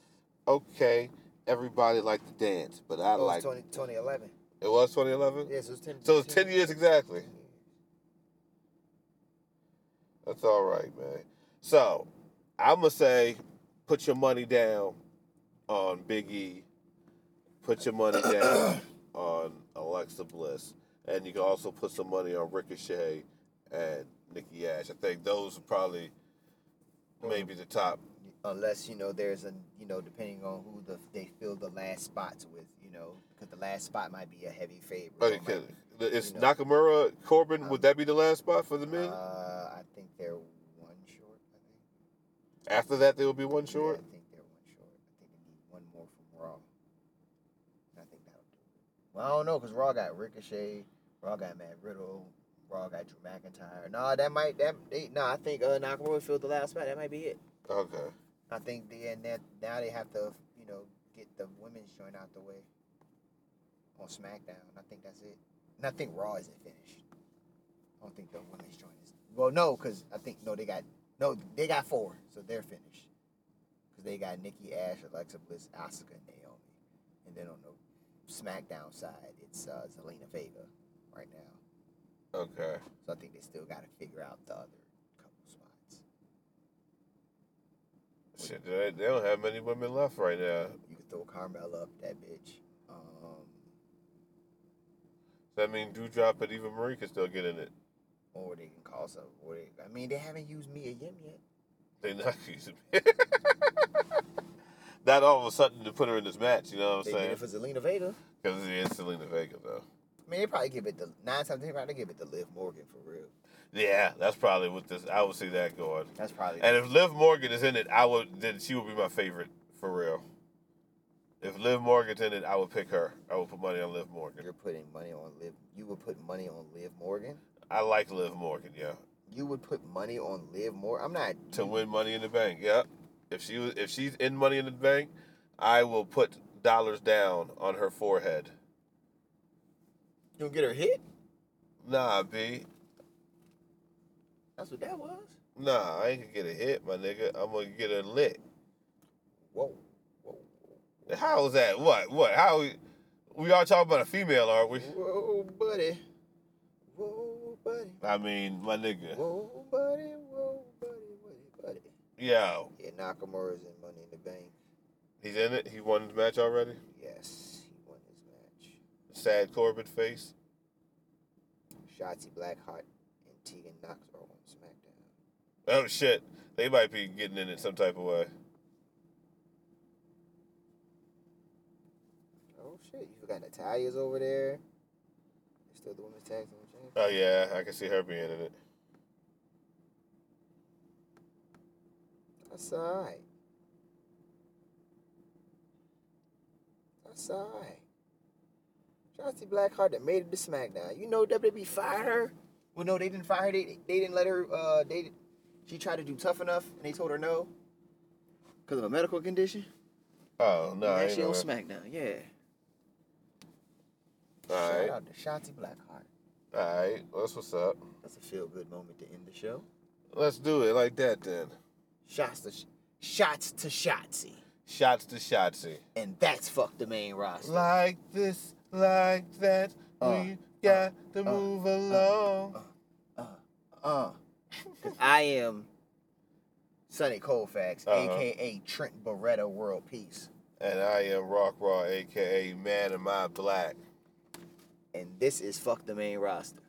okay, everybody liked to dance, but I Oh, like it was 20, 2011. it was 2011. Yes, it was 10. So it's 10 years exactly. That's all right, man. So I'm gonna say, put your money down on Big E. Put your money down on Alexa Bliss, and you can also put some money on Ricochet and Nikki Ash. I think those are probably maybe the top. Unless you know, there's a you know, depending on who the they fill the last spots with, you know, because the last spot might be a heavy favorite. or Okay, might kidding. be- It's you know. Nakamura Corbin. Would that be the last spot for the men? Uh, I think they're one short. I think. After that, there will be one Yeah, short. I think they're one short. I think they need one more from Raw. And I think that'll do it. Well, I don't know because Raw got Ricochet, Raw got Matt Riddle, Raw got Drew McIntyre. No, that might that they, no. I think uh, Nakamura filled the last spot. That might be it. Okay. I think they and that now they have to you know get the women's joint out the way on SmackDown. I think that's it. And I think Raw isn't finished. I don't think the women's joint is. Well, no, because I think no, they got no, they got four, so they're finished. Because they got Nikki Ash, Alexa Bliss, Asuka, and Naomi, and then on the SmackDown side, it's uh, Zelina Vega right now. Okay. So I think they still got to figure out the other couple spots. Shit, they, they don't have many women left right now. You could throw Carmella up that bitch. Um, Does that mean Dewdrop and even Marie could still get in it? or they can call some. Or they, I mean, they haven't used Mia Yim yet. They not using me. Not all of a sudden to put her in this match, you know what They I'm did saying? it for Zelina Vega. Because it is Selena Vega, though. I mean, they probably give it the nine times. They probably give it to Liv Morgan for real. Yeah, that's probably what this. I would see that going. That's probably. And if Liv Morgan is in it, I would. Then she would be my favorite for real. If Liv Morgan's in it, I would pick her. I would put money on Liv Morgan. You're putting money on Liv. You would put money on Liv Morgan. I like Liv Morgan. Yeah, You would put money on Liv Morgan. I'm not. to win Money in the Bank. Yeah, if she was, if she's in Money in the Bank, I will put dollars down on her forehead. You gonna get her hit? Nah, B. That's what that was. Nah, I ain't gonna get a hit, my nigga. I'm gonna get her lit. Whoa, whoa, How is that? What? What? How? We, we all talking about a female, aren't we? whoa, buddy. Whoa, buddy. I mean, my nigga. Whoa, buddy. Whoa, buddy, buddy, buddy. Yo, Yeah, Nakamura's in Money in the Bank. he's in it. He won the match already. Yes, he won his match. Sad Corbin face. Shotzi Blackheart and Tegan Knox are on SmackDown. Oh shit, they might be getting in it some type of way. Oh shit, you forgot Natalia's over there. They're still the women's tag team champions. Oh yeah, I can see her being in it. That's alright. That's alright. Shotzi Blackheart that made it to SmackDown. You know WWE fired her. Well, no, they didn't fire her. They, they didn't let her. Uh, they did- she tried to do tough enough, and they told her no because of a medical condition. Oh no, I and now ain't she know on that. SmackDown. Yeah. Alright. Shout out to Shotzi Blackheart. All right, that's what's up. That's a feel good moment to end the show. Let's do it like that then. Shots to shots to Shotzi, Shots to Shotzi. and that's fuck the main roster. Like this, like that, Uh, we got to move along. Uh, 'cause I am Sonny Colfax, Uh-huh. aka Trent Beretta World Peace, and I am Rock Raw, aka Man in My Black. and this is fuck the main roster.